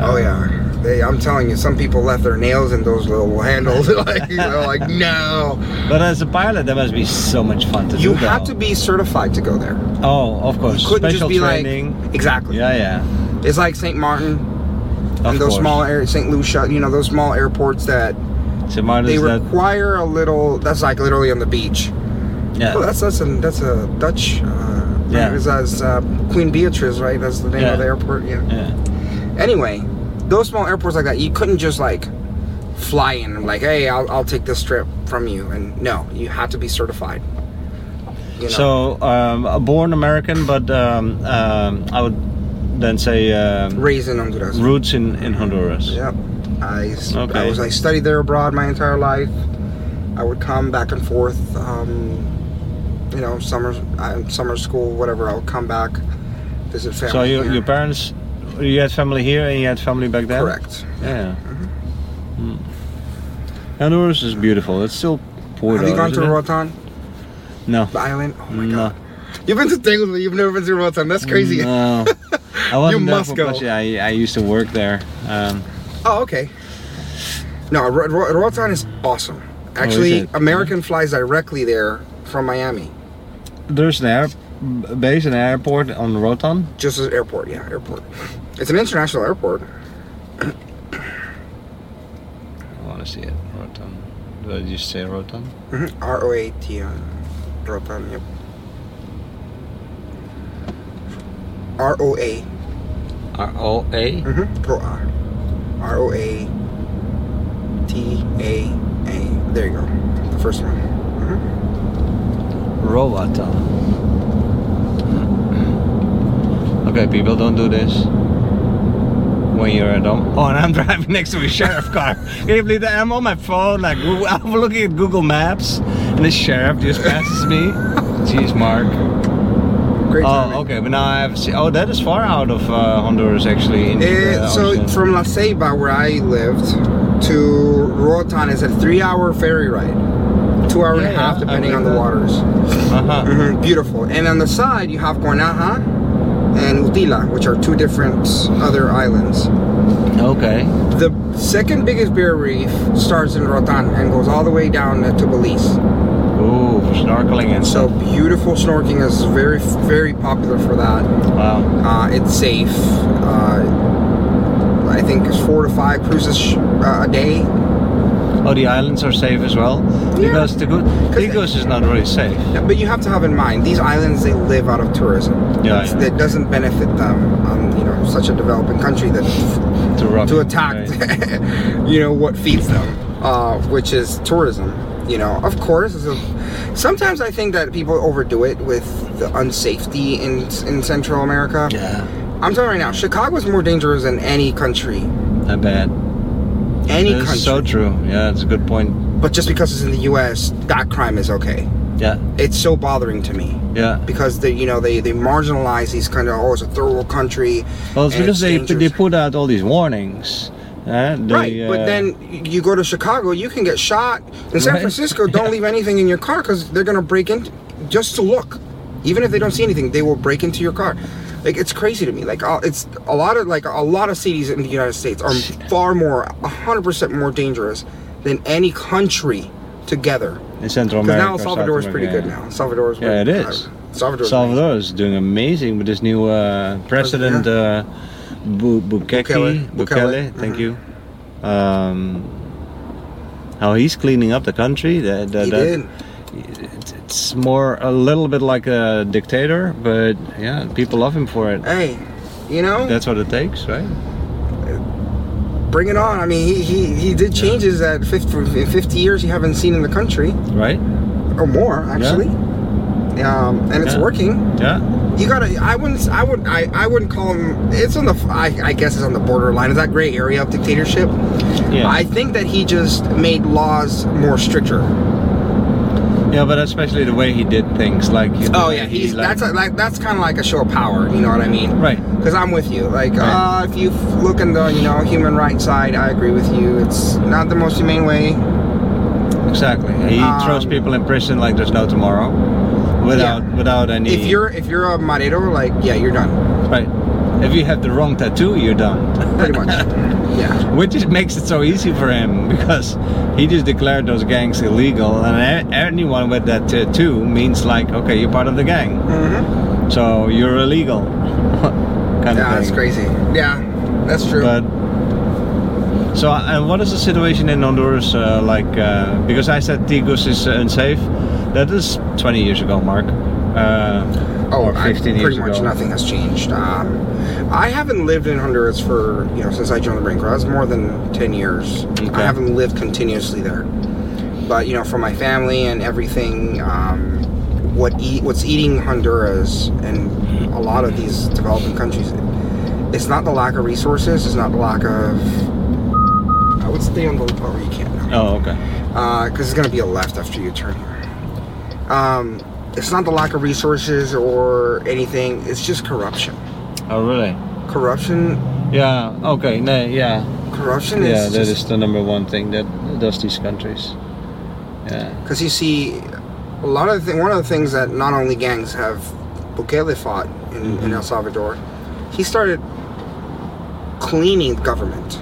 oh yeah, they, I'm telling you, some people left their nails in those little handles. like they're like, no. But as a pilot, that must be so much fun to do. You have though. to be certified to go there. Oh, of course. You couldn't uh, Special just be training. like exactly. yeah, yeah. It's like St. Martin Of and those course. small air, St. Lucia. You know those small airports that St. Martin's they that. require a little. That's like literally on the beach. yeah. Oh, that's that's a that's a Dutch. Uh, Yeah. Is as uh, Queen Beatrice, right? That's the name Yeah. of the airport. Yeah. yeah. Anyway, those small airports like that, you couldn't just like fly in and like, hey, I'll, I'll take this trip from you. And no, you had to be certified. You know? So, um, a born American, but um, um, I would then say um, raised in Honduras. roots in, in Honduras. Yep. I, s- I Okay. was I studied there abroad my entire life. I would come back and forth. Um, you know, summer uh, summer school, whatever. I would come back, visit family. so you, here. your parents, you had family here and you had family back then. correct. Mm-hmm. Yeah. Mm. Honduras is beautiful. It's still poor Have though. you gone to isn't it? Rotan, No. the island? Oh my No. god! You've been to Tegel, but you've never been to Rotan. That's crazy. No. I wasn't there must for go. pleasure. I, I used to work there. Um, Oh, okay. No, Ro- Ro- Roatan is awesome. Actually, Oh, it? American flies directly there from Miami, there's an er air base, an airport on Rotan. just as airport. Yeah, airport. It's an international airport. I want to see it. Rotan. Did I just say Rotan? Mhm, R O A T O N. Roatan. Yep. R O A. R O A. Mhm, Pro R. R O A T A A. There you go. The first one. Mhm. Roatan. Okay, people, don't do this. When you're at home. Oh, and I'm driving next to a sheriff car. Can you believe that? I'm on my phone, like, Google- I'm looking at Google Maps, and the sheriff just passes me. Jeez, Mark. Great. timing. Oh, okay, but now I have to see. Oh, that is far out of uh, Honduras, actually. in the Uh, so ocean. from La Ceiba, where I lived, to Roatan is a three-hour ferry ride, two hour and Yeah, a half yeah, I depending read on the that. waters. Uh-huh. Mhm, Beautiful. And on the side, you have Guanaja and Utila, which are two different other islands. Okay. The second biggest barrier reef starts in Roatan and goes all the way down to Belize. Ooh, snorkeling and So stuff. beautiful snorkeling is very, very popular for that. Wow. Uh, it's safe. Uh, I think it's four to five cruises sh- uh, a day. Oh, the islands are safe as well? Yeah. Because the good. they- Tigos is not really safe. But you have to have in mind these islands they live out of tourism. Yeah, It's- yeah. That doesn't benefit them. Um, you know, such a developing country that To, rob to you, attack, right? you know, what feeds them, uh, which is tourism. You know, of course. it's a- sometimes I think that people overdo it with the unsafety in in Central America. Yeah, I'm telling you right now, Chicago's more dangerous than any country. I bet. Any That's country. so true. Yeah, it's a good point. but just because it's in the U.S., that crime is okay. Yeah, It's so bothering to me yeah. because they, you know, they they marginalize these kind of oh, it's a third world country. Well, Oh, it's and because they they dangerous. put out all these warnings. eh? They, right, but uh, then you go to Chicago, you can get shot. In San Right. Francisco, don't leave anything in your car because they're gonna break in just to look. Even if they don't see anything, they will break into your car. Like it's crazy to me. Like uh, it's a lot of like a lot of cities in the United States are far more, hundred percent more dangerous than any country together. uh, in Central Because America, now El South Salvador is pretty America, good yeah. now. Salvador is Yeah, it pretty- is. Salvador. is amazing. Oh, Salvador is doing amazing with this new uh, president, uh, Bu- Bukele. Bukele, Bukele, Bukele, Mm-hmm. thank you. Um, how he's cleaning up the country. That, that, He that- did. it- It's more a little bit like a dictator, but yeah, people love him for it. Hey, you know. That's what it takes, right? Bring it on! I mean, he he, he did changes that 50, in fifty years you haven't seen in the country Right? or more actually, um, and it's Yeah. working. Yeah. You gotta. I wouldn't. I would. I, I wouldn't call him. It's on the. I, I guess it's on the borderline. Is that gray area of dictatorship? Yeah. I think that he just made laws more stricter. yeah, but especially the way he did things, like the Oh way yeah, he, he's like- that's a, like that's kind of like a show of power. You know what I mean? right. Because I'm with you. Like, Right. uh, if you f- look in the you know human rights side, I agree with you. It's not the most humane way. Exactly. He Um, throws people in prison like there's no tomorrow, without without any. If you're if you're a marero, like yeah, you're done. Right. If you have the wrong tattoo, you're done. Pretty much. yeah. Which just makes it so easy for him because he just declared those gangs illegal, and a- anyone with that tattoo means like, okay, you're part of the gang, Mm-hmm. so you're illegal. Yeah, kind of that's thing. crazy. Yeah, that's true. But so, uh, and what is the situation in Honduras uh, like? Uh, because I said Tigos is uh, unsafe. That is 20 years ago, Mark. Uh, oh, or I, 15 pretty years much ago. nothing has changed. Um, I haven't lived in Honduras for you know since I joined the Marine Corps. That's more than ten years. I Okay. haven't lived continuously there. But you know, for my family and everything, um, what eat what's eating Honduras and a lot of these developing countries, it's not the lack of resources. It's not the lack of. I would stay on the. Oh, you can't. now. oh, okay. because Uh, it's going to be a left after you turn here. Um, it's not the lack of resources or anything. It's just corruption. Oh, really? Corruption, Yeah. Okay. No. Yeah. corruption Yeah. is That just is the number one thing that does these countries. Yeah. because you see a lot of the thing. One of the things that not only gangs have Bukele fought in, Mm-hmm. in El Salvador, he started cleaning the government.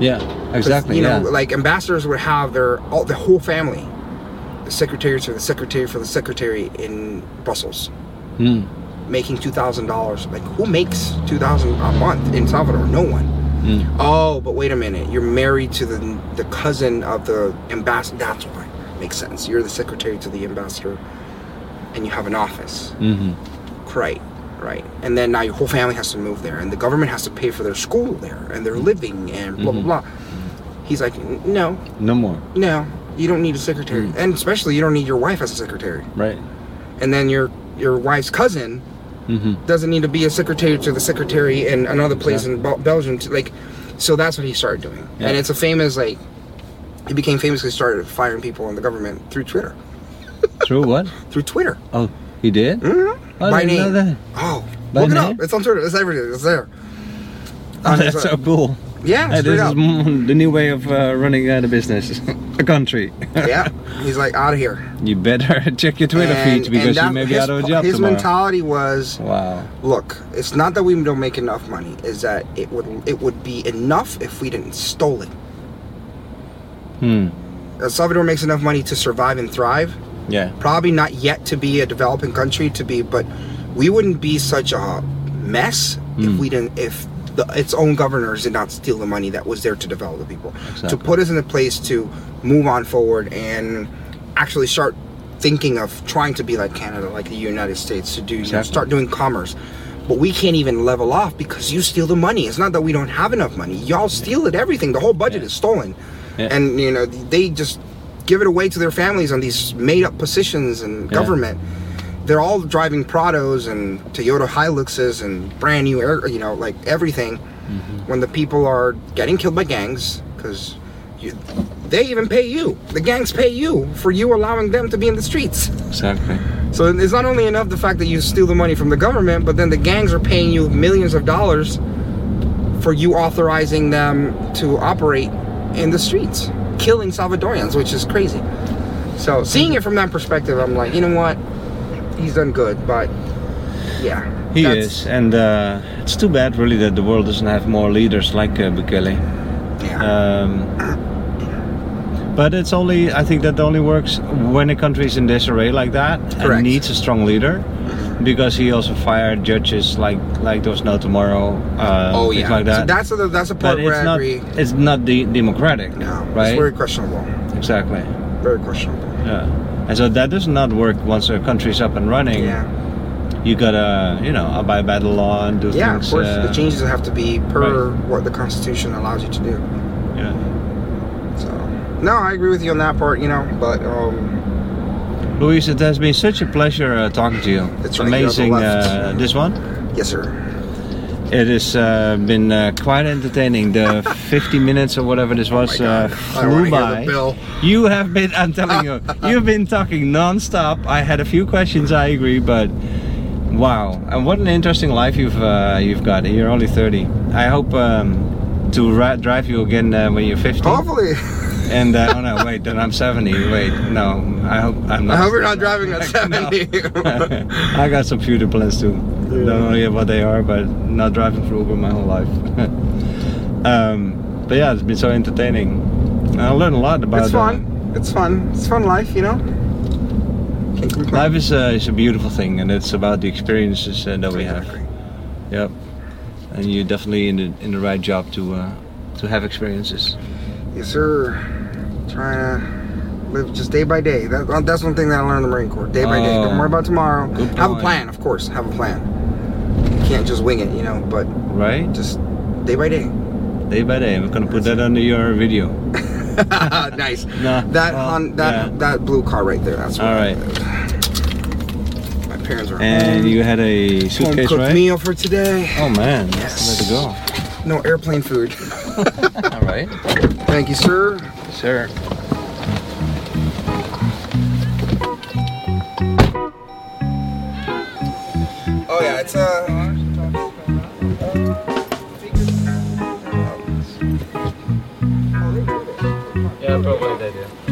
Yeah. 'Cause, Exactly. You know, uh, yeah. like ambassadors would have their all the whole family, the secretaries for the secretary for the secretary in Brussels. Hmm. making two thousand dollars. Like who makes two thousand a month in Salvador? No one. Hmm. Oh, but wait a minute. You're married to the the cousin of the ambassador. That's why makes sense. You're the secretary to the ambassador, and you have an office. hmm Right, right. And then now your whole family has to move there, and the government has to pay for their school there and their living and blah blah blah. He's like, "N- no, No more. no. You don't need a secretary, and especially you don't need your wife as a secretary. Right. And then your your wife's cousin Mm-hmm. doesn't need to be a secretary to the secretary in another place in Bel- Belgium. To, like, so that's what he started doing, Yeah. and it's a famous like. He became famous because he started firing people in the government through Twitter. True. What? Through Twitter. Oh, he did. Mm-hmm. I By didn't know name. that. Oh, By look it name? up. It's on Twitter. It's everything. It's there. Oh, Uh, that's it's so a- cool. yeah, Hey, straight this is up. mm, the new way of uh, running uh, the business, a country. yeah, he's like out of here. You better check your Twitter And- feed because and you that- may be his- out of a job His tomorrow. mentality was, wow. look, it's not that we don't make enough money. Is that it would it would be enough if we didn't stole it. Hmm. El Salvador makes enough money to survive and thrive. Yeah. probably not yet to be a developing country to be, but we wouldn't be such a mess if Mm. we didn't if the, its own governors did not steal the money that was there to develop the people Exactly. to put us in a place to move on forward and actually start thinking of trying to be like Canada, like the United States, to do you know, Exactly. start doing commerce. But we can't even level off because you steal the money. It's not that we don't have enough money. Y'all steal it. Everything. The whole budget Yeah. is stolen, Yeah. and you know they just give it away to their families on these made-up positions and Yeah. government. They're all driving Prados and Toyota Hiluxes and brand new air, you know, like everything. When the people are getting killed by gangs, because they even pay you. The gangs pay you for you allowing them to be in the streets. Exactly. So it's not only enough the fact that you steal the money from the government, but then the gangs are paying you millions of dollars for you authorizing them to operate in the streets, killing Salvadorians, which is crazy. So seeing it from that perspective, I'm like, you know what? He's done good, but yeah. He that's- is, and uh, it's too bad, really, that the world doesn't have more leaders like uh, Bukele. Yeah. Um, but it's only, I think that only works when a country is in disarray like that Correct. Mm-hmm. and needs a strong leader. Because he also fired judges like like there was no tomorrow. Uh, oh things yeah. Like that. So that's a, that's a part but where it's I not agree. it's not de- democratic. No, right? it's very questionable. Exactly. Very questionable. Yeah. And so that does not work once a country's up and running. Yeah. You gotta, you know, abide by the law and do Yeah. Of things. course, uh, the changes have to be per what the Constitution allows you to do. Yeah. So no, I agree with you on that part, you know. But um, Luis, it has been such a pleasure uh, talking to you. It's right here on the amazing. left. Uh, this one. yes, sir. It has uh, been uh, quite entertaining. The 50 minutes or whatever this was uh, Oh God. I don't flew wanna hear the by. bill. You have been, I'm telling you, you've been talking non-stop. I had a few questions, I agree, but wow. And what an interesting life you've uh, you've got. You're only 30. I hope um, to ri- drive you again uh, when you're 50. Hopefully, And, uh, oh no, wait, then I'm 70. Wait, no, I hope I'm I not. hope you're not driving at No. seventy. I got some future plans too. Don't know yet what they are, but not driving for Uber my whole life. um, but yeah, it's been so entertaining. And I learned a lot about. it's uh, fun. It's fun. It's fun life, you know. Can't complain. uh, life is a, is a beautiful thing, and it's about the experiences uh, that we have. Exactly. Yep. And you're definitely in the in the right job to uh, to have experiences. Yes, sir. Trying to live just day by day. That, uh, that's one thing that I learned in the Marine Corps. Day by day. Don't Oh. worry about tomorrow. Good Have a point. plan, of course. Have a plan. You can't just wing it, you know. But Right. just day by day. Day by day. We're gonna put that under your video. nice. No, That well, on that yeah. that blue car right there. That's what All right. My parents are And home. you had a Home suitcase, cooked right? meal for today. Oh man. Yes. Let it go. No airplane food. All right. Thank you, sir. Sure. Oh yeah, it's uh. Yeah, probably that, yeah.